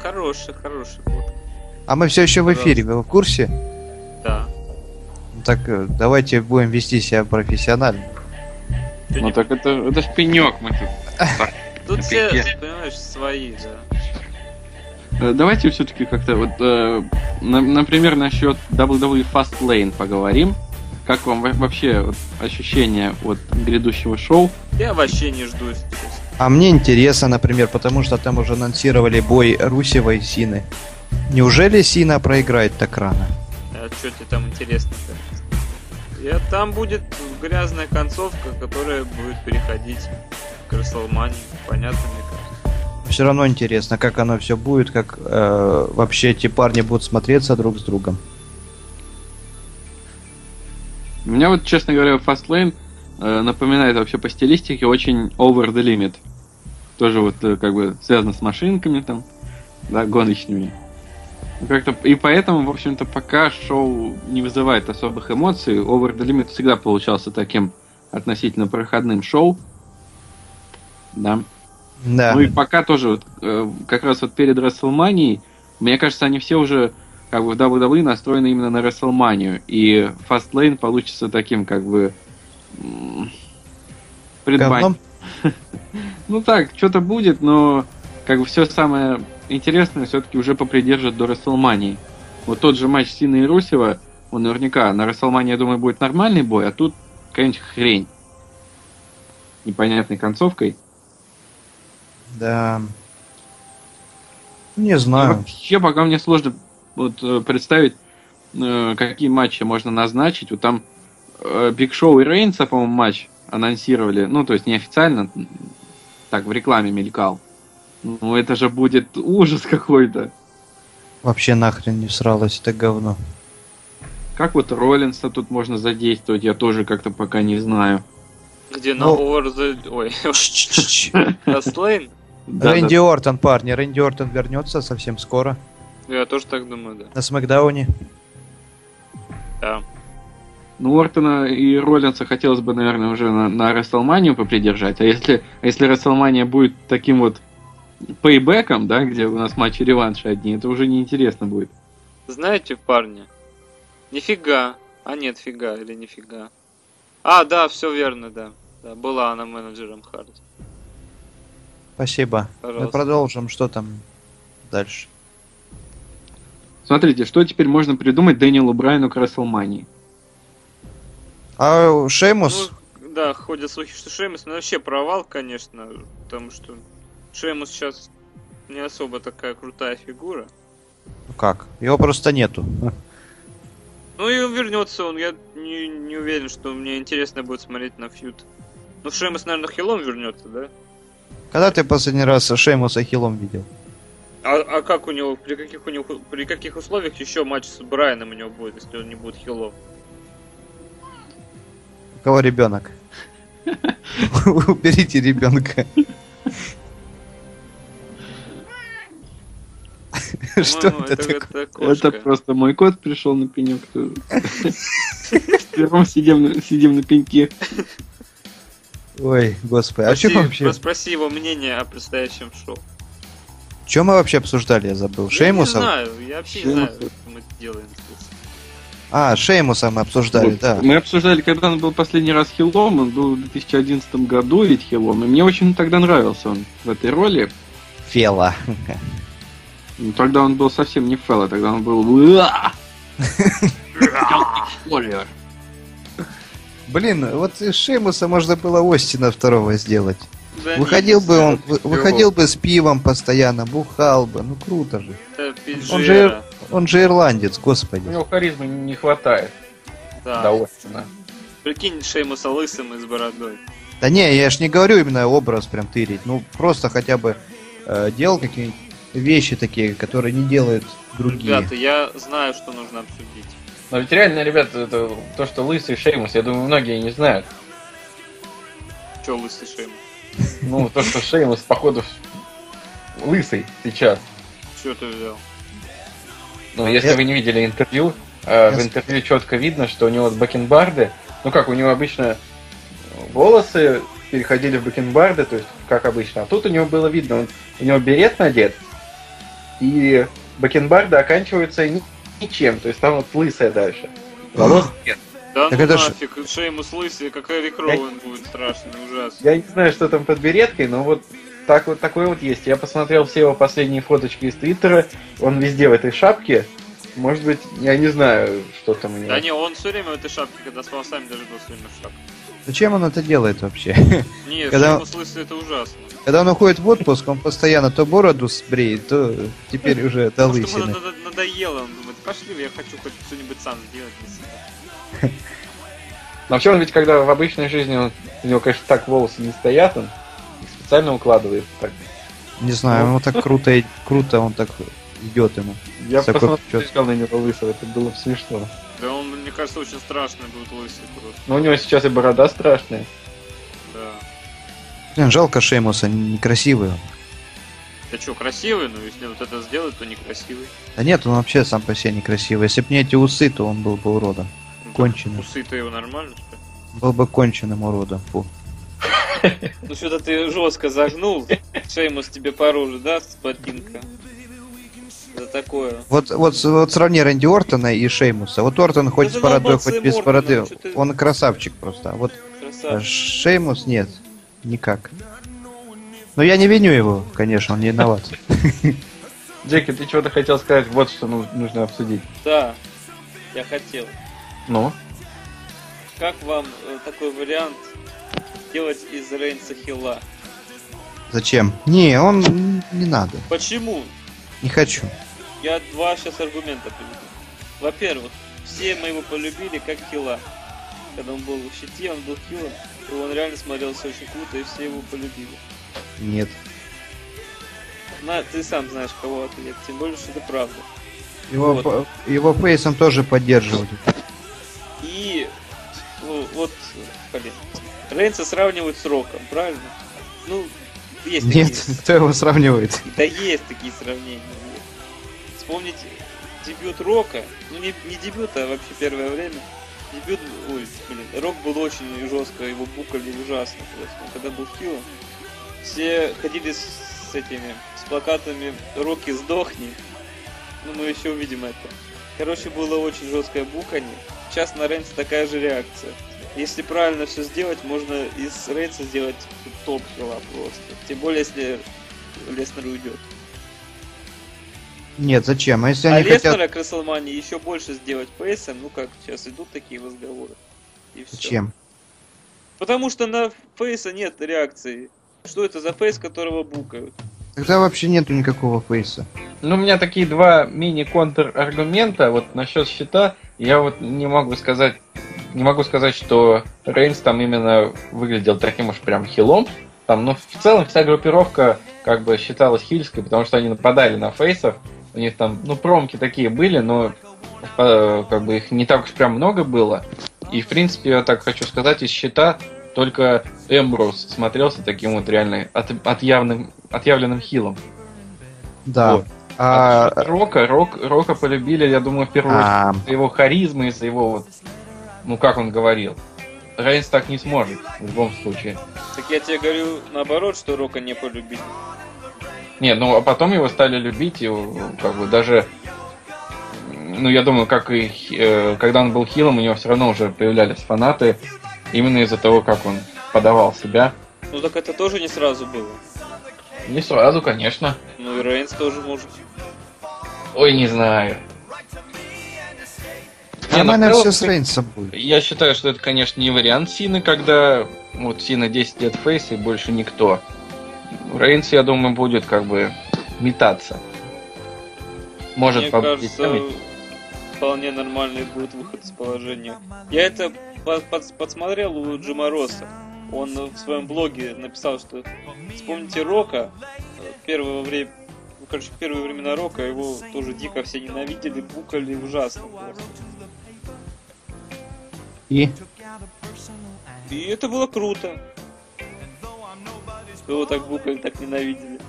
Speaker 1: хорошие, хорошие фотки.
Speaker 2: А мы все еще в эфире, вы в курсе?
Speaker 1: Да.
Speaker 2: Ну Так э, давайте будем вести себя профессионально.
Speaker 1: Ты
Speaker 3: Ну
Speaker 1: не-
Speaker 3: так это, это ж пенек мы тут.
Speaker 1: Тут
Speaker 3: это
Speaker 1: все,
Speaker 3: я.
Speaker 1: понимаешь, свои, да.
Speaker 3: Э, Давайте все-таки как-то вот, э, на- например, насчет WWE Fastlane поговорим. Как вам во- вообще вот ощущение от грядущего шоу?
Speaker 1: Я вообще не жду, если честно.
Speaker 2: А мне интересно, например, потому что там уже анонсировали бой Русева и Сины. Неужели Сина проиграет так рано?
Speaker 1: А что тебе там интересно-то? Я, там будет грязная концовка, которая будет переходить к Расселмане. Понятно, мне кажется.
Speaker 2: Все равно интересно, как оно все будет, как э, вообще эти парни будут смотреться друг с другом.
Speaker 3: Меня вот, честно говоря, Fastlane э, напоминает вообще по стилистике очень Over the Limit. Тоже вот э, как бы связано с машинками там, да, гоночными. Ну, Как-то, и поэтому, в общем-то, пока шоу не вызывает особых эмоций, Over the Limit всегда получался таким относительно проходным шоу. Да.
Speaker 2: Да.
Speaker 3: Ну и пока тоже, вот, э, как раз вот перед WrestleMania, мне кажется, они все уже как бы в WWE настроены именно на WrestleMania. И Fastlane получится таким, как бы... м, предбан-
Speaker 2: Говном?
Speaker 3: Ну так, что-то будет, но как бы все самое интересное все-таки уже попридержат до WrestleMania. Вот тот же матч Сина и Русева, он наверняка на WrestleMania, я думаю, будет нормальный бой, а тут какая-нибудь хрень. Непонятной концовкой.
Speaker 2: Да. Не
Speaker 3: Ну,
Speaker 2: знаю.
Speaker 3: Вообще, пока мне сложно вот, э, представить, э, какие матчи можно назначить. Вот там э, Биг Шоу и Рейнса, по-моему, матч анонсировали. Ну, то есть неофициально, м, так в рекламе мелькал. Ну, это же будет ужас какой-то.
Speaker 2: Вообще нахрен не всралось это говно.
Speaker 3: Как вот Роллинса тут можно задействовать, я тоже как-то пока не знаю.
Speaker 1: Где на
Speaker 2: Ну.
Speaker 1: Over the... Ой,
Speaker 2: Чш-чш-чш.
Speaker 1: Расслейн?
Speaker 3: Да,
Speaker 2: Рэнди Ортон, парни. Рэнди Ортон вернется совсем скоро.
Speaker 1: Я тоже так думаю, да.
Speaker 2: На Смакдауне.
Speaker 1: Да.
Speaker 3: да. Ну, Ортона и Роллинса хотелось бы, наверное, уже на, на Рестлманию попридержать. А если, а если Рестлмания будет таким вот пейбеком, да, где у нас матчи реванши одни, это уже неинтересно будет.
Speaker 1: Знаете, парни, нифига. А нет, фига или нифига. А, да, все верно, да. Да, была она менеджером Харди.
Speaker 2: Спасибо. Мы
Speaker 1: Пожалуйста.
Speaker 2: продолжим, что там дальше.
Speaker 3: Смотрите, что теперь можно придумать Дэниелу Брайану к Расселмании?
Speaker 2: А Шеймус?
Speaker 1: Ну, да, ходят слухи, что Шеймус, ну вообще провал, конечно, потому что Шеймус сейчас не особо такая крутая фигура.
Speaker 2: Ну как? Его просто нету.
Speaker 1: Ну и вернется он, я не, не уверен, что мне интересно будет смотреть на фьют. Ну, Шеймус, наверное, хилом вернется, да?
Speaker 2: Когда ты последний раз Шеймуса Хилом видел?
Speaker 1: А, а как у него, при каких у него, при каких условиях еще матч с Брайаном у него будет, если он не будет хилом?
Speaker 2: У кого ребенок? Уберите ребенка. Что
Speaker 1: По-моему,
Speaker 2: это такое?
Speaker 1: это кошка.
Speaker 3: Это просто мой кот пришел на пенек. Вчетвером сидим, на- сидим на пеньке.
Speaker 2: Ой, господи. А
Speaker 1: Спроси-
Speaker 2: что вообще?
Speaker 1: Спроси его мнение о предстоящем шоу.
Speaker 2: Чем мы вообще обсуждали? Я забыл.
Speaker 1: Я не
Speaker 2: Шеймуса?
Speaker 1: знаю, я вообще не знаю,
Speaker 3: Шеймуса.
Speaker 1: что мы делаем здесь.
Speaker 2: А, Шеймуса мы обсуждали,
Speaker 3: Вот.
Speaker 2: да.
Speaker 3: Мы обсуждали, когда он был последний раз хилом, он был в 2011 году ведь хилом, и мне очень тогда нравился он в этой роли.
Speaker 2: Фела.
Speaker 3: Ну, Тогда он был совсем не Фелла, тогда он был... «Уа!» Warrior.
Speaker 2: Блин, вот из Шеймуса можно было Остина второго сделать.
Speaker 1: Да
Speaker 2: Выходил
Speaker 1: нет, ну,
Speaker 2: бы
Speaker 1: это
Speaker 2: он, вы-
Speaker 1: клёво.
Speaker 2: выходил бы с пивом постоянно, бухал бы, ну круто же.
Speaker 1: Это PG,
Speaker 2: Он же- Он же ирландец, господи.
Speaker 4: У
Speaker 1: Ну.
Speaker 4: него харизмы не хватает
Speaker 1: да.
Speaker 4: до Остина.
Speaker 1: Прикинь Шеймуса лысым и с бородой.
Speaker 2: Да не, я ж не говорю именно образ прям тырить, ну просто хотя бы э, делал какие-нибудь вещи такие, которые не делают другие.
Speaker 1: Ребята, я знаю, что нужно обсудить.
Speaker 4: Но ведь реально, ребят, это то, что Лысый Шеймус, я думаю, многие не знают.
Speaker 1: Че лысый Шеймус?
Speaker 4: Ну, то, что Шеймус, походу, лысый сейчас.
Speaker 1: Че ты взял?
Speaker 4: Ну, если
Speaker 2: Я-
Speaker 4: вы не видели интервью, э, в
Speaker 2: Я-
Speaker 4: интервью четко видно, что у него вот бакенбарды, ну как, у него обычно волосы переходили в бакенбарды, то есть как обычно, а тут у него было видно, он- у него берет надет, и бакенбарды оканчиваются ни- ничем, то есть там вот лысая дальше. Волос нет.
Speaker 1: Да
Speaker 2: Так
Speaker 1: ну
Speaker 2: это ж-
Speaker 1: нафиг, Шеймус лысый, как Эрик Роуэн будет страшный, ужасно.
Speaker 4: Я не знаю, что там под береткой, но вот
Speaker 3: так вот такой вот есть. Я посмотрел все его последние фоточки из Твиттера. Он везде в этой шапке. Может быть, я не знаю, что там у него.
Speaker 1: Да не, он все время в этой шапке, когда с волосами даже был все время в шапке.
Speaker 2: Зачем он это делает вообще?
Speaker 1: Не,
Speaker 2: Когда-
Speaker 1: в этом смысле это ужасно.
Speaker 2: Когда он уходит в отпуск, он постоянно то бороду сбреет, то теперь уже до
Speaker 1: Потому что ему
Speaker 2: лысины.
Speaker 1: надо- надоело, он думает, пошли, я хочу хоть что-нибудь сам сделать для себя.
Speaker 3: Но вообще он ведь, когда в обычной жизни, он, у него, конечно, так волосы не стоят, он их специально укладывает. Так.
Speaker 2: Не знаю, ему так круто, и- круто он так идет ему.
Speaker 3: Я
Speaker 2: Такой
Speaker 3: посмотрел
Speaker 2: чёт.
Speaker 3: как на него лысого, это было смешно.
Speaker 1: Да он, мне кажется, очень страшный будет лысый просто,
Speaker 3: Но у него сейчас и борода страшная.
Speaker 1: да.
Speaker 2: Блин, жалко Шеймуса, н- некрасивый он.
Speaker 1: Да что, красивый, но если вот это сделать, то некрасивый.
Speaker 2: Да нет, он вообще сам по себе некрасивый. Если бы не эти усы, то он был бы уродом.
Speaker 1: Ну,
Speaker 2: Конченый.
Speaker 1: так Усы-то его нормально, что ли?
Speaker 2: Был бы конченным уродом. Фу.
Speaker 1: Ну что-то ты жестко загнул. Шеймус тебе пару уже даст, ботинка. За такое.
Speaker 2: Вот, вот, вот сравни Рэнди Ортона и Шеймуса. Вот Ортон хоть
Speaker 1: Да
Speaker 2: с бородой,
Speaker 1: задолбался
Speaker 2: хоть
Speaker 1: им
Speaker 2: без
Speaker 1: Ортоном,
Speaker 2: бороды.
Speaker 1: чё ты-
Speaker 2: Он красавчик просто. А вот э,
Speaker 1: Красавчик.
Speaker 2: Шеймус нет, никак. Но я не виню его, конечно, он не виноват.
Speaker 3: Джеки, ты чего-то хотел сказать, вот что ну- нужно обсудить.
Speaker 1: Да, я хотел.
Speaker 3: Ну?
Speaker 1: Как вам э, такой вариант делать из Рейнса Хилла?
Speaker 2: Зачем? Не, он м, не надо.
Speaker 1: Почему?
Speaker 2: Не хочу.
Speaker 1: Я два сейчас аргумента приведу. Во-первых, все мы его полюбили как Хила. Когда он был в щите, он был Хилом, и он реально смотрелся очень круто, и все его полюбили.
Speaker 2: Нет.
Speaker 1: На, ты сам знаешь, кого ответ, тем более, что это правда.
Speaker 2: Его,
Speaker 1: Вот.
Speaker 2: по- его фейсом тоже поддерживали.
Speaker 1: И ну, вот, блин, Рейнса сравнивают с Роком, правильно? Ну, есть
Speaker 2: Нет,
Speaker 1: такие.
Speaker 2: кто его сравнивает?
Speaker 1: Да есть такие сравнения. Вспомнить дебют Рока, ну не, не дебют, а вообще первое время. Дебют, ой, блин, Рок был очень жестко, его букали ужасно просто. Он Когда был хилом, все ходили с, с этими, с плакатами «Роки, сдохни!» Ну, мы еще увидим это. Короче, было очень жесткое буканье. Сейчас на Рейнса такая же реакция. Если правильно все сделать, можно из Рейнса сделать топ-хила просто. Тем более, если Леснер уйдет.
Speaker 2: Нет, зачем? А если
Speaker 1: а
Speaker 2: они
Speaker 1: Леснера
Speaker 2: хотят...
Speaker 1: к Расселмане еще больше сделать Пейсом, ну как сейчас идут такие разговоры. И всё.
Speaker 2: Зачем?
Speaker 1: Потому что на Фейса нет реакции. Что это за Фейс, которого букают?
Speaker 2: Тогда вообще нету никакого фейса.
Speaker 3: Ну, у меня такие два мини-контр-аргумента вот насчет счета. Я вот не могу сказать, не могу сказать, что Рейнс там именно выглядел таким уж прям хилом. Там, ну, в целом вся группировка как бы считалась хильской, потому что они нападали на фейсов. У них там, ну, промки такие были, но э, как бы их не так уж прям много было. И, в принципе, я так хочу сказать, из счета только Эмбрус смотрелся таким вот реально от, отъявным- отъявленным хилом.
Speaker 2: Да.
Speaker 3: Вот.
Speaker 2: А,
Speaker 3: От Рока, Рок, Рока полюбили, я думаю, в первую очередь
Speaker 2: а,
Speaker 3: за его харизмы, из-за его вот, ну как он говорил. Рейнс так не сможет, в любом случае.
Speaker 1: Так я тебе говорю наоборот, что Рока не полюбили.
Speaker 3: Не, ну а потом его стали любить, и э, как бы даже, ну я думаю, как и хи- э, когда он был хилом, у него все равно уже появлялись фанаты, именно из-за того, как он подавал себя.
Speaker 1: Ну так это тоже не сразу было.
Speaker 3: Не сразу, конечно.
Speaker 1: Ну и Рейнс тоже может.
Speaker 3: Ой, не знаю. Не, ну, в
Speaker 2: нормально
Speaker 3: целом,
Speaker 2: все с Рейнсом будет.
Speaker 3: Я считаю, что это, конечно, не вариант Сины, когда вот Сина 10 лет фейс и больше никто. Рейнс, я думаю, будет как бы метаться. Может,
Speaker 1: Мне
Speaker 3: побудить
Speaker 1: кажется, вполне нормальный будет выход из положения. Я это по- под- подсмотрел у Джима Росса. Он в своем блоге написал, что вспомните Рока, э, первое время, ну, короче, в первые времена Рока его тоже дико все ненавидели, букали ужасно просто.
Speaker 2: И
Speaker 1: И это было круто. Что его так букали, так ненавидели.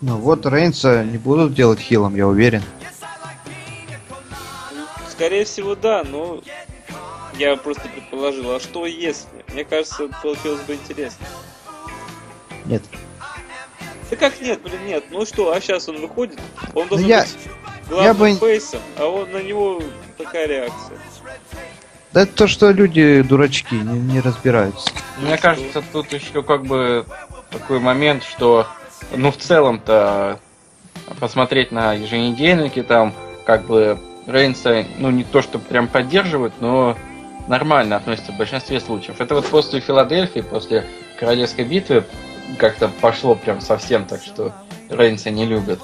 Speaker 2: ну вот Рейнса не будут делать хилом, я уверен.
Speaker 1: Ну, Скорее всего, да, но я просто предположил, а что если? Мне кажется, получилось бы интересно.
Speaker 2: Нет.
Speaker 1: Да как нет, блин, нет. Ну что, а сейчас он выходит, он должен
Speaker 2: Ну я-
Speaker 1: быть главным
Speaker 2: я бы-
Speaker 1: фейсом, а он на него такая реакция.
Speaker 2: Да
Speaker 3: Ну,
Speaker 2: это то, что люди дурачки, не, не разбираются.
Speaker 3: Мне кажется, тут еще как бы такой момент, что, ну, в целом-то, посмотреть на еженедельники, там, как бы, Рейнса, ну, не то, что прям поддерживают, но нормально относятся в большинстве случаев. Это вот после Филадельфии, после Королевской битвы как-то пошло прям совсем так, что Рейнса не любят.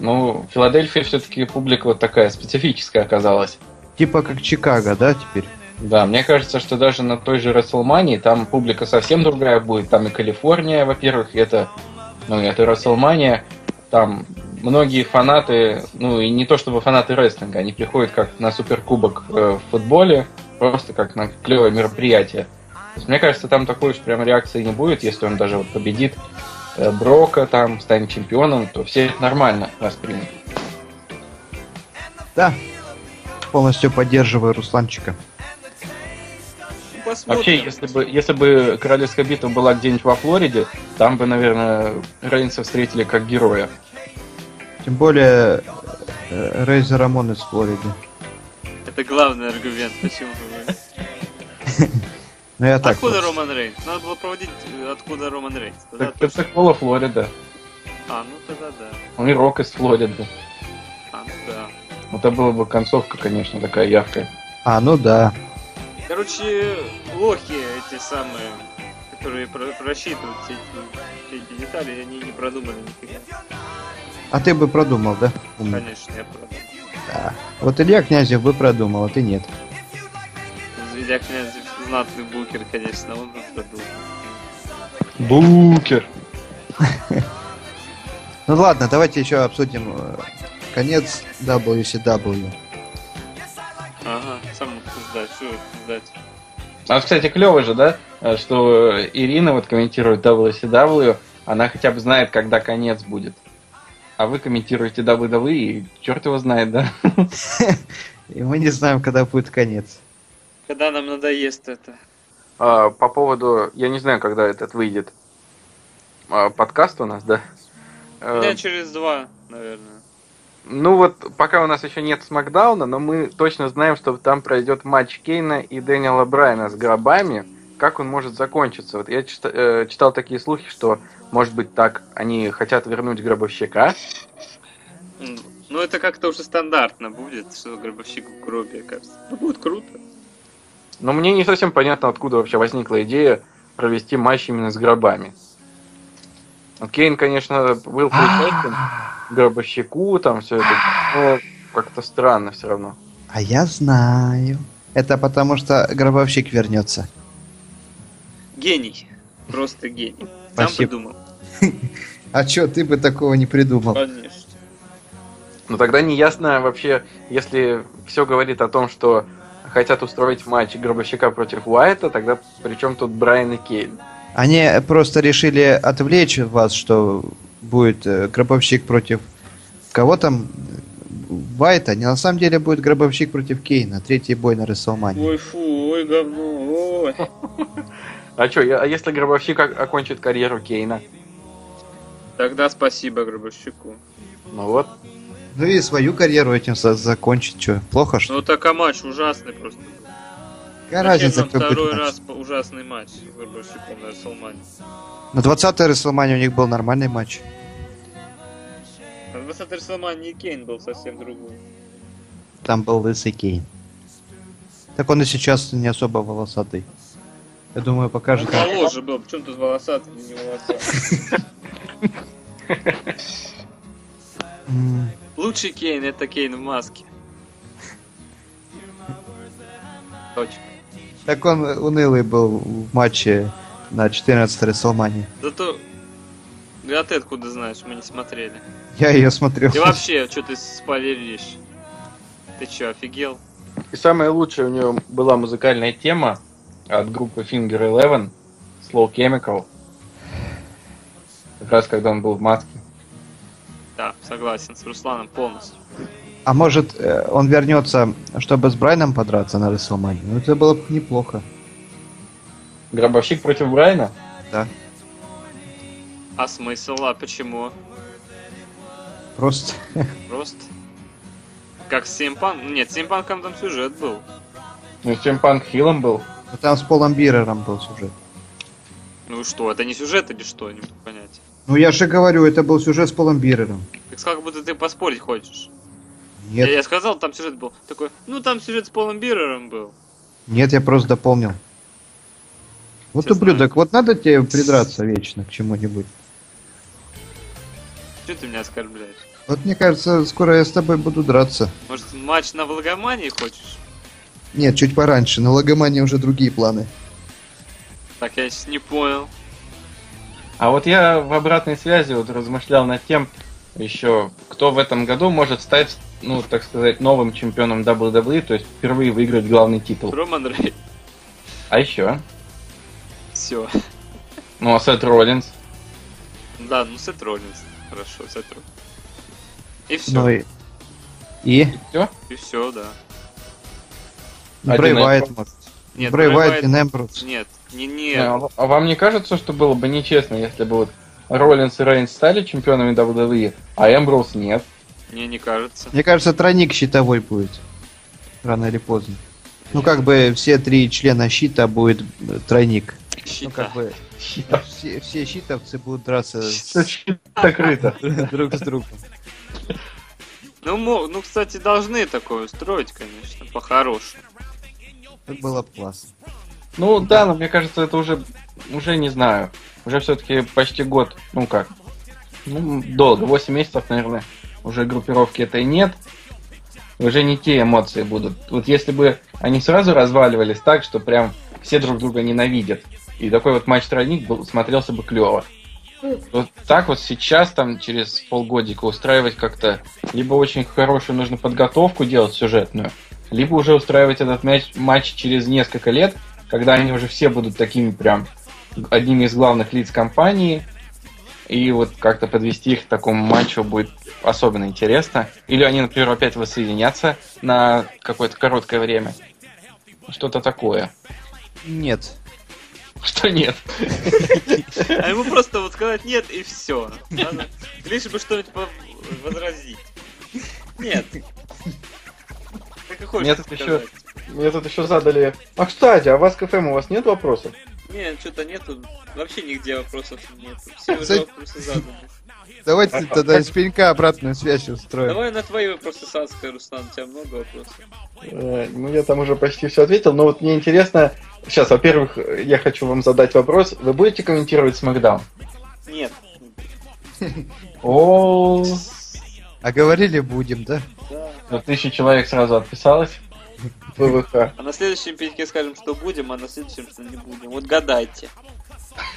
Speaker 3: Ну, Филадельфия все-таки публика вот такая специфическая оказалась.
Speaker 2: Типа как Чикаго, да, теперь?
Speaker 3: Да, мне кажется, что даже на той же Расселмании там публика совсем другая будет. Там и Калифорния, во-первых, и это, ну, и это Расселмания. Там многие фанаты, ну, и не то чтобы фанаты рестлинга, они приходят как на суперкубок э, в футболе, просто как на клевое мероприятие. То есть, мне кажется, там такой уж прям реакции не будет, если он даже вот победит э, Брока, там, станет чемпионом, то все это нормально воспримут.
Speaker 2: Да. Полностью поддерживаю Русланчика.
Speaker 1: Ну, Посмотрим.
Speaker 3: Вообще, если бы, если бы Королевская битва была где-нибудь во Флориде, там бы, наверное, Рейнса встретили как героя.
Speaker 2: Тем более э, Рейзер Рамон из Флориды.
Speaker 1: Это главный аргумент, почему вы...
Speaker 2: Ну я так.
Speaker 1: откуда
Speaker 2: вот.
Speaker 1: Роман Рейнс? Надо было проводить, э, откуда Роман Рейнс. Тогда
Speaker 3: Так Пенсакола, Флорида.
Speaker 1: А, ну тогда да.
Speaker 3: Ну и Рок из Флориды.
Speaker 1: А, ну да.
Speaker 3: Это была бы концовка, конечно, такая яркая.
Speaker 2: А, ну да.
Speaker 1: Короче, лохи эти самые, которые про- просчитывают все эти, все эти детали, они не продумали нифига.
Speaker 2: А ты бы продумал, да? Умный.
Speaker 1: Конечно, я продумал.
Speaker 2: Да. Вот Илья Князев бы продумал, а ты нет.
Speaker 1: Ведя князь знатный букер, конечно, он бы продумал.
Speaker 3: Букер!
Speaker 2: Ну ладно, давайте еще обсудим э, конец WCW.
Speaker 1: Ага, сам обсуждать, что обсуждать.
Speaker 3: А, вот, кстати, клево же, да, э, что Ирина вот комментирует WCW, она хотя бы знает, когда конец будет. А вы комментируете WWE, и черт его знает, да?
Speaker 2: И мы не знаем, когда будет конец.
Speaker 1: Когда нам надоест это?
Speaker 3: А, по поводу, я не знаю, когда этот выйдет. А, подкаст у нас, да?
Speaker 2: Эм.
Speaker 3: Э,
Speaker 1: Дня через два, наверное.
Speaker 3: ну вот, пока у нас еще нет Смакдауна, но мы точно знаем, что там пройдет матч Кейна и Дэниела Брайана с гробами. Как он может закончиться? Вот я чита- э, читал такие слухи, что, может быть, так они хотят вернуть гробовщика.
Speaker 1: М, Ну, это как-то уже стандартно будет, что гробовщик в гробе, кажется. Ну, будет круто.
Speaker 3: Но мне не совсем понятно, откуда вообще возникла идея провести матч именно с гробами. Вот Кейн, конечно, был причастен к гробовщику, там все это, но как-то странно все равно.
Speaker 2: А я знаю. Это потому что гробовщик вернется.
Speaker 1: Гений. Просто гений. Сам
Speaker 2: Спасибо.
Speaker 1: придумал.
Speaker 2: А чё, ты бы такого не придумал?
Speaker 1: Конечно.
Speaker 3: Но Ну, тогда неясно вообще, если все говорит о том, что хотят устроить матч гробовщика против Уайта, тогда при чем тут Брайан и Кейн?
Speaker 2: Они просто решили отвлечь вас, что будет э, гробовщик против кого там? Вайта. Не на самом деле будет гробовщик против Кейна. Третий бой на Расселмане.
Speaker 1: Ой, фу, ой, говно, ой.
Speaker 3: А что, а если гробовщик о- окончит карьеру Кейна?
Speaker 1: Тогда спасибо гробовщику.
Speaker 3: Ну вот.
Speaker 2: Ну и свою карьеру этим за- закончить. Чё, плохо что?
Speaker 1: Ну, так а матч ужасный просто. был.
Speaker 2: Какая
Speaker 1: Зачем
Speaker 2: разница,
Speaker 1: нам
Speaker 2: какой будет
Speaker 1: Ну, второй
Speaker 2: матч?
Speaker 1: раз по- ужасный матч с гробовщиком на Расселмане?
Speaker 2: На 20-й Расселмане у них был нормальный матч.
Speaker 1: На 20 Расселмане и Кейн был совсем другой.
Speaker 2: Там был лысый Кейн. Так он и сейчас не особо волосатый. Я думаю, покажет. нам.
Speaker 1: Волос же был, почему тут волосатый, не волосатый?
Speaker 2: М,
Speaker 1: Лучший Кейн это Кейн в маске. Точка.
Speaker 2: Так он унылый был в матче на 14-й Расселмане.
Speaker 1: Зато... Да ты откуда знаешь, мы не смотрели.
Speaker 2: Я ее смотрел.
Speaker 1: И вообще, что ты спойлеришь? Ты чё, офигел?
Speaker 3: И самая лучшая у нее была музыкальная тема от группы Finger Eleven Slow Chemical. Как раз когда он был в маске.
Speaker 1: Да, согласен с Русланом полностью.
Speaker 2: А может, э, он вернется, чтобы с Брайном подраться на Расселмане? Ну, это было бы неплохо.
Speaker 3: Гробовщик против Брайна?
Speaker 1: А смысл? А почему?
Speaker 2: Просто
Speaker 1: Просто... Как с Симпан? Нет, с Симпанком там сюжет был.
Speaker 3: Ну, с чем Панк Хиллом был.
Speaker 2: там с Полом Бирером был сюжет.
Speaker 1: Ну и что, это не сюжет или что, не могу понять.
Speaker 5: Ну я же говорю, это был сюжет с Полом Бирером.
Speaker 1: Как, как будто ты поспорить хочешь. Я,
Speaker 5: Нет,
Speaker 1: я сказал, там сюжет был. Такой, ну там сюжет с Полом Бирером был.
Speaker 5: нет, я просто дополнил. Вот
Speaker 1: Честно.
Speaker 5: ублюдок, вот надо тебе придраться вечно к чему-нибудь.
Speaker 1: Че ты меня оскорбляешь?
Speaker 5: Вот мне кажется, скоро я с тобой буду драться.
Speaker 1: Может, матч на Влагомании хочешь?
Speaker 5: Нет, чуть пораньше, на Логомане уже другие планы.
Speaker 1: Так, я сейчас не понял.
Speaker 3: А вот я в обратной связи вот размышлял над тем, еще кто в этом году может стать, ну, так сказать, новым чемпионом WWE, то есть впервые выиграть главный титул.
Speaker 1: Роман Рей.
Speaker 3: А еще?
Speaker 1: Все.
Speaker 3: Ну, а Сет Роллинс?
Speaker 1: Да, ну Сет Роллинс. Хорошо, Сет Роллинс. И все,
Speaker 2: Ну и... И?
Speaker 3: Все?
Speaker 1: и все, да.
Speaker 3: Один
Speaker 5: Брэй
Speaker 3: Эмбрус.
Speaker 5: Уайт, может.
Speaker 1: Нет,
Speaker 5: Брэй
Speaker 1: Брэй
Speaker 5: Уайт и
Speaker 1: Уайт-
Speaker 5: Нембрус.
Speaker 1: Нет, не,
Speaker 3: Не, а
Speaker 1: не.
Speaker 3: в- а вам не кажется, что было бы нечестно, если бы вот Роллинс и Рейнс стали чемпионами WWE, а Эмброуз нет?
Speaker 1: Мне не кажется.
Speaker 2: Мне кажется, тройник щитовой будет. Рано или поздно. Ну, как бы все три члена щита будет э, тройник. Ну,
Speaker 1: Щита.
Speaker 2: как бы все, все щитовцы будут драться с-
Speaker 3: Закрыто.
Speaker 2: друг с другом.
Speaker 1: Ну, мо- ну, кстати, должны такое устроить, конечно, по-хорошему.
Speaker 2: Это было бы классно.
Speaker 3: Ну да, но мне кажется, это уже, уже не знаю, уже все-таки почти год, ну как, ну долго, 8 месяцев, наверное, уже группировки этой нет, уже не те эмоции будут. Вот если бы они сразу разваливались так, что прям все друг друга ненавидят, и такой вот матч-тройник был, смотрелся бы клево. Вот так вот сейчас, там, через полгодика устраивать как-то либо очень хорошую нужно подготовку делать сюжетную, либо уже устраивать этот мяч, матч через несколько лет, когда они уже все будут такими прям одними из главных лиц компании, и вот как-то подвести их к такому матчу будет особенно интересно. Или они, например, опять воссоединятся на какое-то короткое время. Что-то такое.
Speaker 2: Нет.
Speaker 3: Что нет.
Speaker 1: А ему просто вот сказать нет и все. Лишь бы что-нибудь по- возразить. Нет. Так и хочется
Speaker 3: Нет, это
Speaker 1: сказать.
Speaker 3: Мне тут еще задали... А, кстати, а у вас к ФМ у вас нет вопросов?
Speaker 1: Нет, что-то нету. Вообще нигде вопросов нет. Все уже
Speaker 5: Кстати-
Speaker 1: вопросы заданы.
Speaker 5: Давайте тогда из пенька обратную связь
Speaker 2: э.
Speaker 5: устроим.
Speaker 1: Давай на твои вопросы, Саска, Руслан, у тебя много вопросов.
Speaker 3: Э, Ну, я там уже почти все ответил, но вот мне интересно... Сейчас, во-первых, я хочу вам задать вопрос. Вы будете комментировать Смакдаун?
Speaker 1: Нет.
Speaker 3: О,
Speaker 2: А говорили будем, да?
Speaker 1: Да.
Speaker 3: тысяча человек сразу отписалось. ВВХ.
Speaker 1: А на следующем пеньке скажем, что будем, а на следующем, что не будем. Вот гадайте.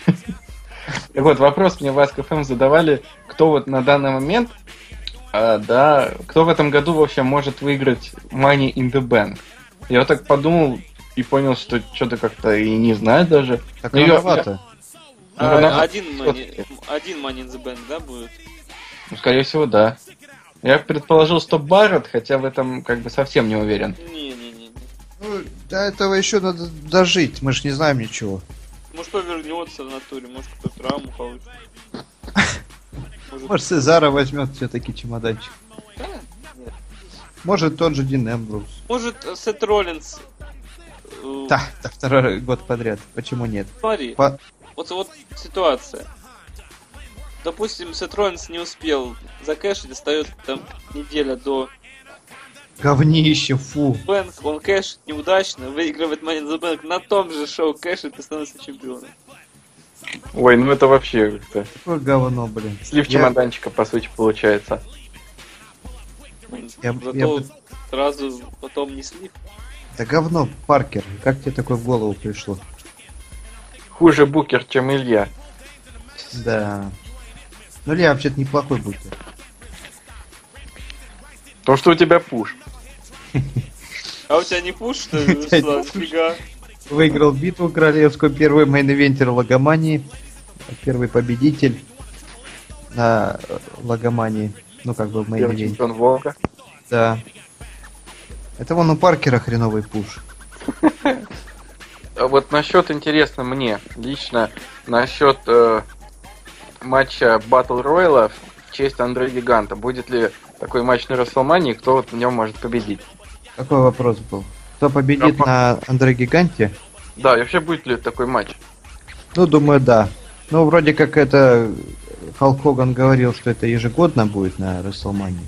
Speaker 3: Так вот, вопрос мне в АСКФМ задавали, кто вот на данный момент, а, да, кто в этом году вообще может выиграть Money in the Bank. Я вот так подумал и понял, что что-то как-то и не знаю даже.
Speaker 2: Так
Speaker 3: Ну, я-
Speaker 2: рановато.
Speaker 1: А,
Speaker 3: Ну, на-
Speaker 1: один, мани... один Манин the Bank, да, будет?
Speaker 3: Ну, скорее всего, да. Я предположил, что Барретт, хотя в этом как бы совсем не уверен.
Speaker 1: Не-не-не.
Speaker 2: Ну, до этого еще надо дожить, мы же не знаем ничего.
Speaker 1: Может, кто вернется в натуре, может, кто травму получит. Может,
Speaker 2: Может, Сезара возьмет все-таки чемоданчик.
Speaker 1: нет.
Speaker 2: Может, тот же Дин Эмбрус.
Speaker 1: может э, Сет Роллинс... э,
Speaker 2: Да, да, второй год подряд. Почему нет?
Speaker 1: Смотри,
Speaker 2: По-
Speaker 1: вот, вот ситуация. Допустим, Сет Роллинс не успел закэшить, остается там неделя до
Speaker 2: Говнище, фу.
Speaker 1: Бэнк, он кэшит неудачно, выигрывает Money in the Bank, на том же шоу кэшит и становится чемпионом.
Speaker 3: Ой, ну это вообще
Speaker 2: Какое говно, блин.
Speaker 3: слив
Speaker 2: Я-
Speaker 3: чемоданчика, по сути, получается.
Speaker 2: Я-
Speaker 1: Зато
Speaker 2: я бы-
Speaker 1: сразу потом не слив.
Speaker 2: Да говно, Паркер. Как тебе такое в голову пришло?
Speaker 3: Хуже Букер, чем Илья.
Speaker 2: Да. Ну, Илья вообще-то неплохой будет.
Speaker 3: То, что у тебя пуш.
Speaker 1: А у тебя не пуш, что ли,
Speaker 2: тебя не
Speaker 1: Руслан?
Speaker 2: пуш.
Speaker 1: Фига.
Speaker 2: Выиграл битву королевскую, первый мейн-инвентер Логомании, первый победитель на э, Логомании. Ну, как бы в
Speaker 3: Первый
Speaker 2: мейн
Speaker 3: чемпион Волга.
Speaker 2: Да. Это вон у Паркера хреновый пуш.
Speaker 3: А Вот насчет интересно мне лично насчет э, матча Battle Royale в честь Андрея Гиганта. Будет ли такой матч на Расселмане и кто вот в нем может победить?
Speaker 2: Какой вопрос был? Кто победит
Speaker 3: Да,
Speaker 2: на Андре Гиганте?
Speaker 3: Да, и вообще будет ли такой матч?
Speaker 2: Ну, думаю, да. Ну, вроде как это... э, Халк Хоган говорил, что это ежегодно будет на Расселмане.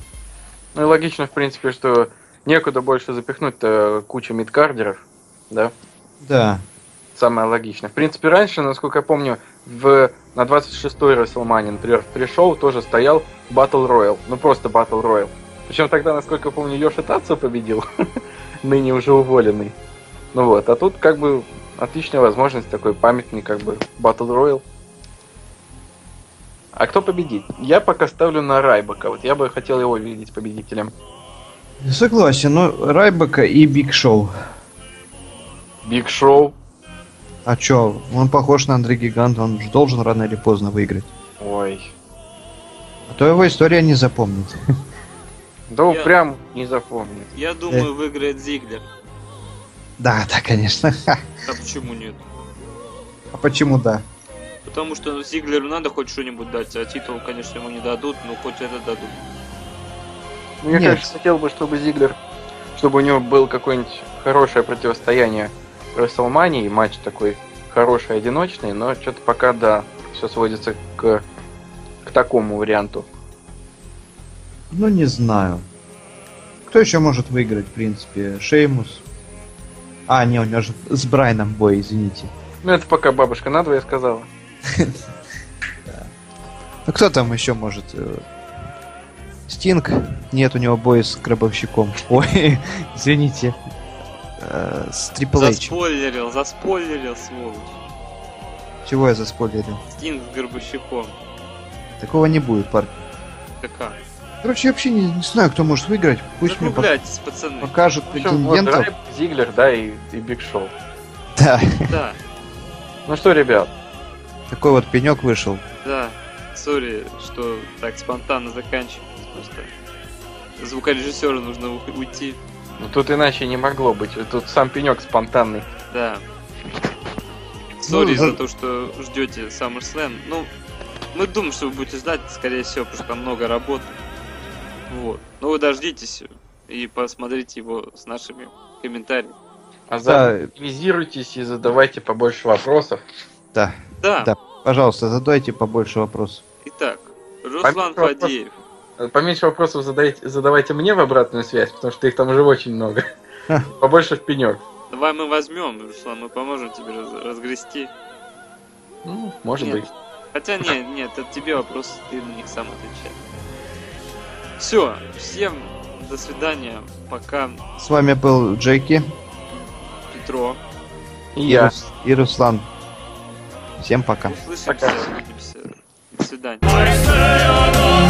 Speaker 3: Ну и логично, в принципе, что некуда больше запихнуть-то кучу мидкардеров, да?
Speaker 2: Да.
Speaker 3: Самое логичное. В принципе, раньше, насколько я помню, в, на 26-й Расселмане, например, в пришел тоже стоял Battle Royal. Ну просто Battle Royal. Причем тогда, насколько я помню, Йоши Тацу победил, ныне уже уволенный. Ну вот, а тут как бы отличная возможность, такой памятный как бы Battle Royal. А кто победит? Я пока ставлю на Райбака. Вот я бы хотел его видеть победителем.
Speaker 2: Согласен, но Райбека и Биг Шоу.
Speaker 3: Биг Шоу.
Speaker 2: А чё, он похож на Андрей Гигант, он же должен рано или поздно выиграть.
Speaker 3: Ой.
Speaker 2: А то его история не запомнит.
Speaker 3: Да он
Speaker 1: Я-
Speaker 3: прям не запомнит.
Speaker 1: Я думаю, выиграет Зиглер.
Speaker 2: Да, да, конечно.
Speaker 1: А почему нет?
Speaker 2: А почему да?
Speaker 1: Потому что ну, Зиглеру надо хоть что-нибудь дать, а титул, конечно, ему не дадут, но хоть это дадут.
Speaker 3: Ну, я,
Speaker 2: Нет.
Speaker 3: конечно, хотел бы, чтобы Зиглер, чтобы у него было какое-нибудь хорошее противостояние в Расселмании, матч такой хороший, одиночный, но что-то пока, да, все сводится к, к такому варианту.
Speaker 2: Ну, не знаю. Кто еще может выиграть, в принципе? Шеймус. А, не, у него же с Брайном бой, извините.
Speaker 3: Ну, это пока бабушка надвое сказала.
Speaker 2: Ну, кто там еще может? э, Стинг? Нет, у него бой с гробовщиком. Ой, извините. Э, С Трипл Эйч.
Speaker 1: Заспойлерил, заспойлерил, сволочь.
Speaker 2: Чего я заспойлерил?
Speaker 1: Стинг с Горбащиком.
Speaker 2: Такого не будет, парк.
Speaker 1: Така.
Speaker 2: Короче, я вообще не, не знаю, кто может выиграть. Пусть мне пок-
Speaker 1: Закругляйтесь, пацаны.
Speaker 2: покажут
Speaker 3: В общем, Ну, вот
Speaker 2: претендентов.
Speaker 3: Райб, Зиглер, да, и, и Биг Шоу.
Speaker 2: Да,
Speaker 1: Да,
Speaker 3: Ну что, ребят,
Speaker 2: такой вот пенек вышел.
Speaker 1: да. Сори, что так спонтанно заканчивается. Просто звукорежиссеру нужно ух- уйти.
Speaker 3: ну тут иначе не могло быть. Тут сам пенек спонтанный.
Speaker 1: Да. Сори
Speaker 2: за-
Speaker 1: за то, что ждете SummerSlam. Ну, мы думаем, что вы будете ждать, скорее всего, потому что там много работы. Вот. Но вы дождитесь и посмотрите его с нашими комментариями.
Speaker 3: А
Speaker 2: Да.
Speaker 3: заодно активизируйтесь и задавайте побольше вопросов.
Speaker 1: Да,
Speaker 2: Да. Пожалуйста, задайте побольше вопросов.
Speaker 1: итак, Руслан
Speaker 3: Помимо вопросов-
Speaker 1: Фадеев.
Speaker 3: Э, Поменьше вопросов задайте, задавайте мне в обратную связь, потому что их там уже очень много. Побольше в пенек.
Speaker 1: Давай мы возьмем, Руслан, мы поможем тебе раз- разгрести.
Speaker 3: Ну, может
Speaker 1: Нет.
Speaker 3: быть.
Speaker 1: Хотя нет, нет, это тебе вопрос, ты на них сам отвечай. Все, всем до свидания, пока,
Speaker 2: С вами был Джеки
Speaker 1: Петро.
Speaker 3: И
Speaker 2: и,
Speaker 3: я.
Speaker 2: Рус- и Руслан. Всем пока.
Speaker 1: Услышимся,
Speaker 3: Пока.
Speaker 1: увидимся. До свидания.
Speaker 6: Say I love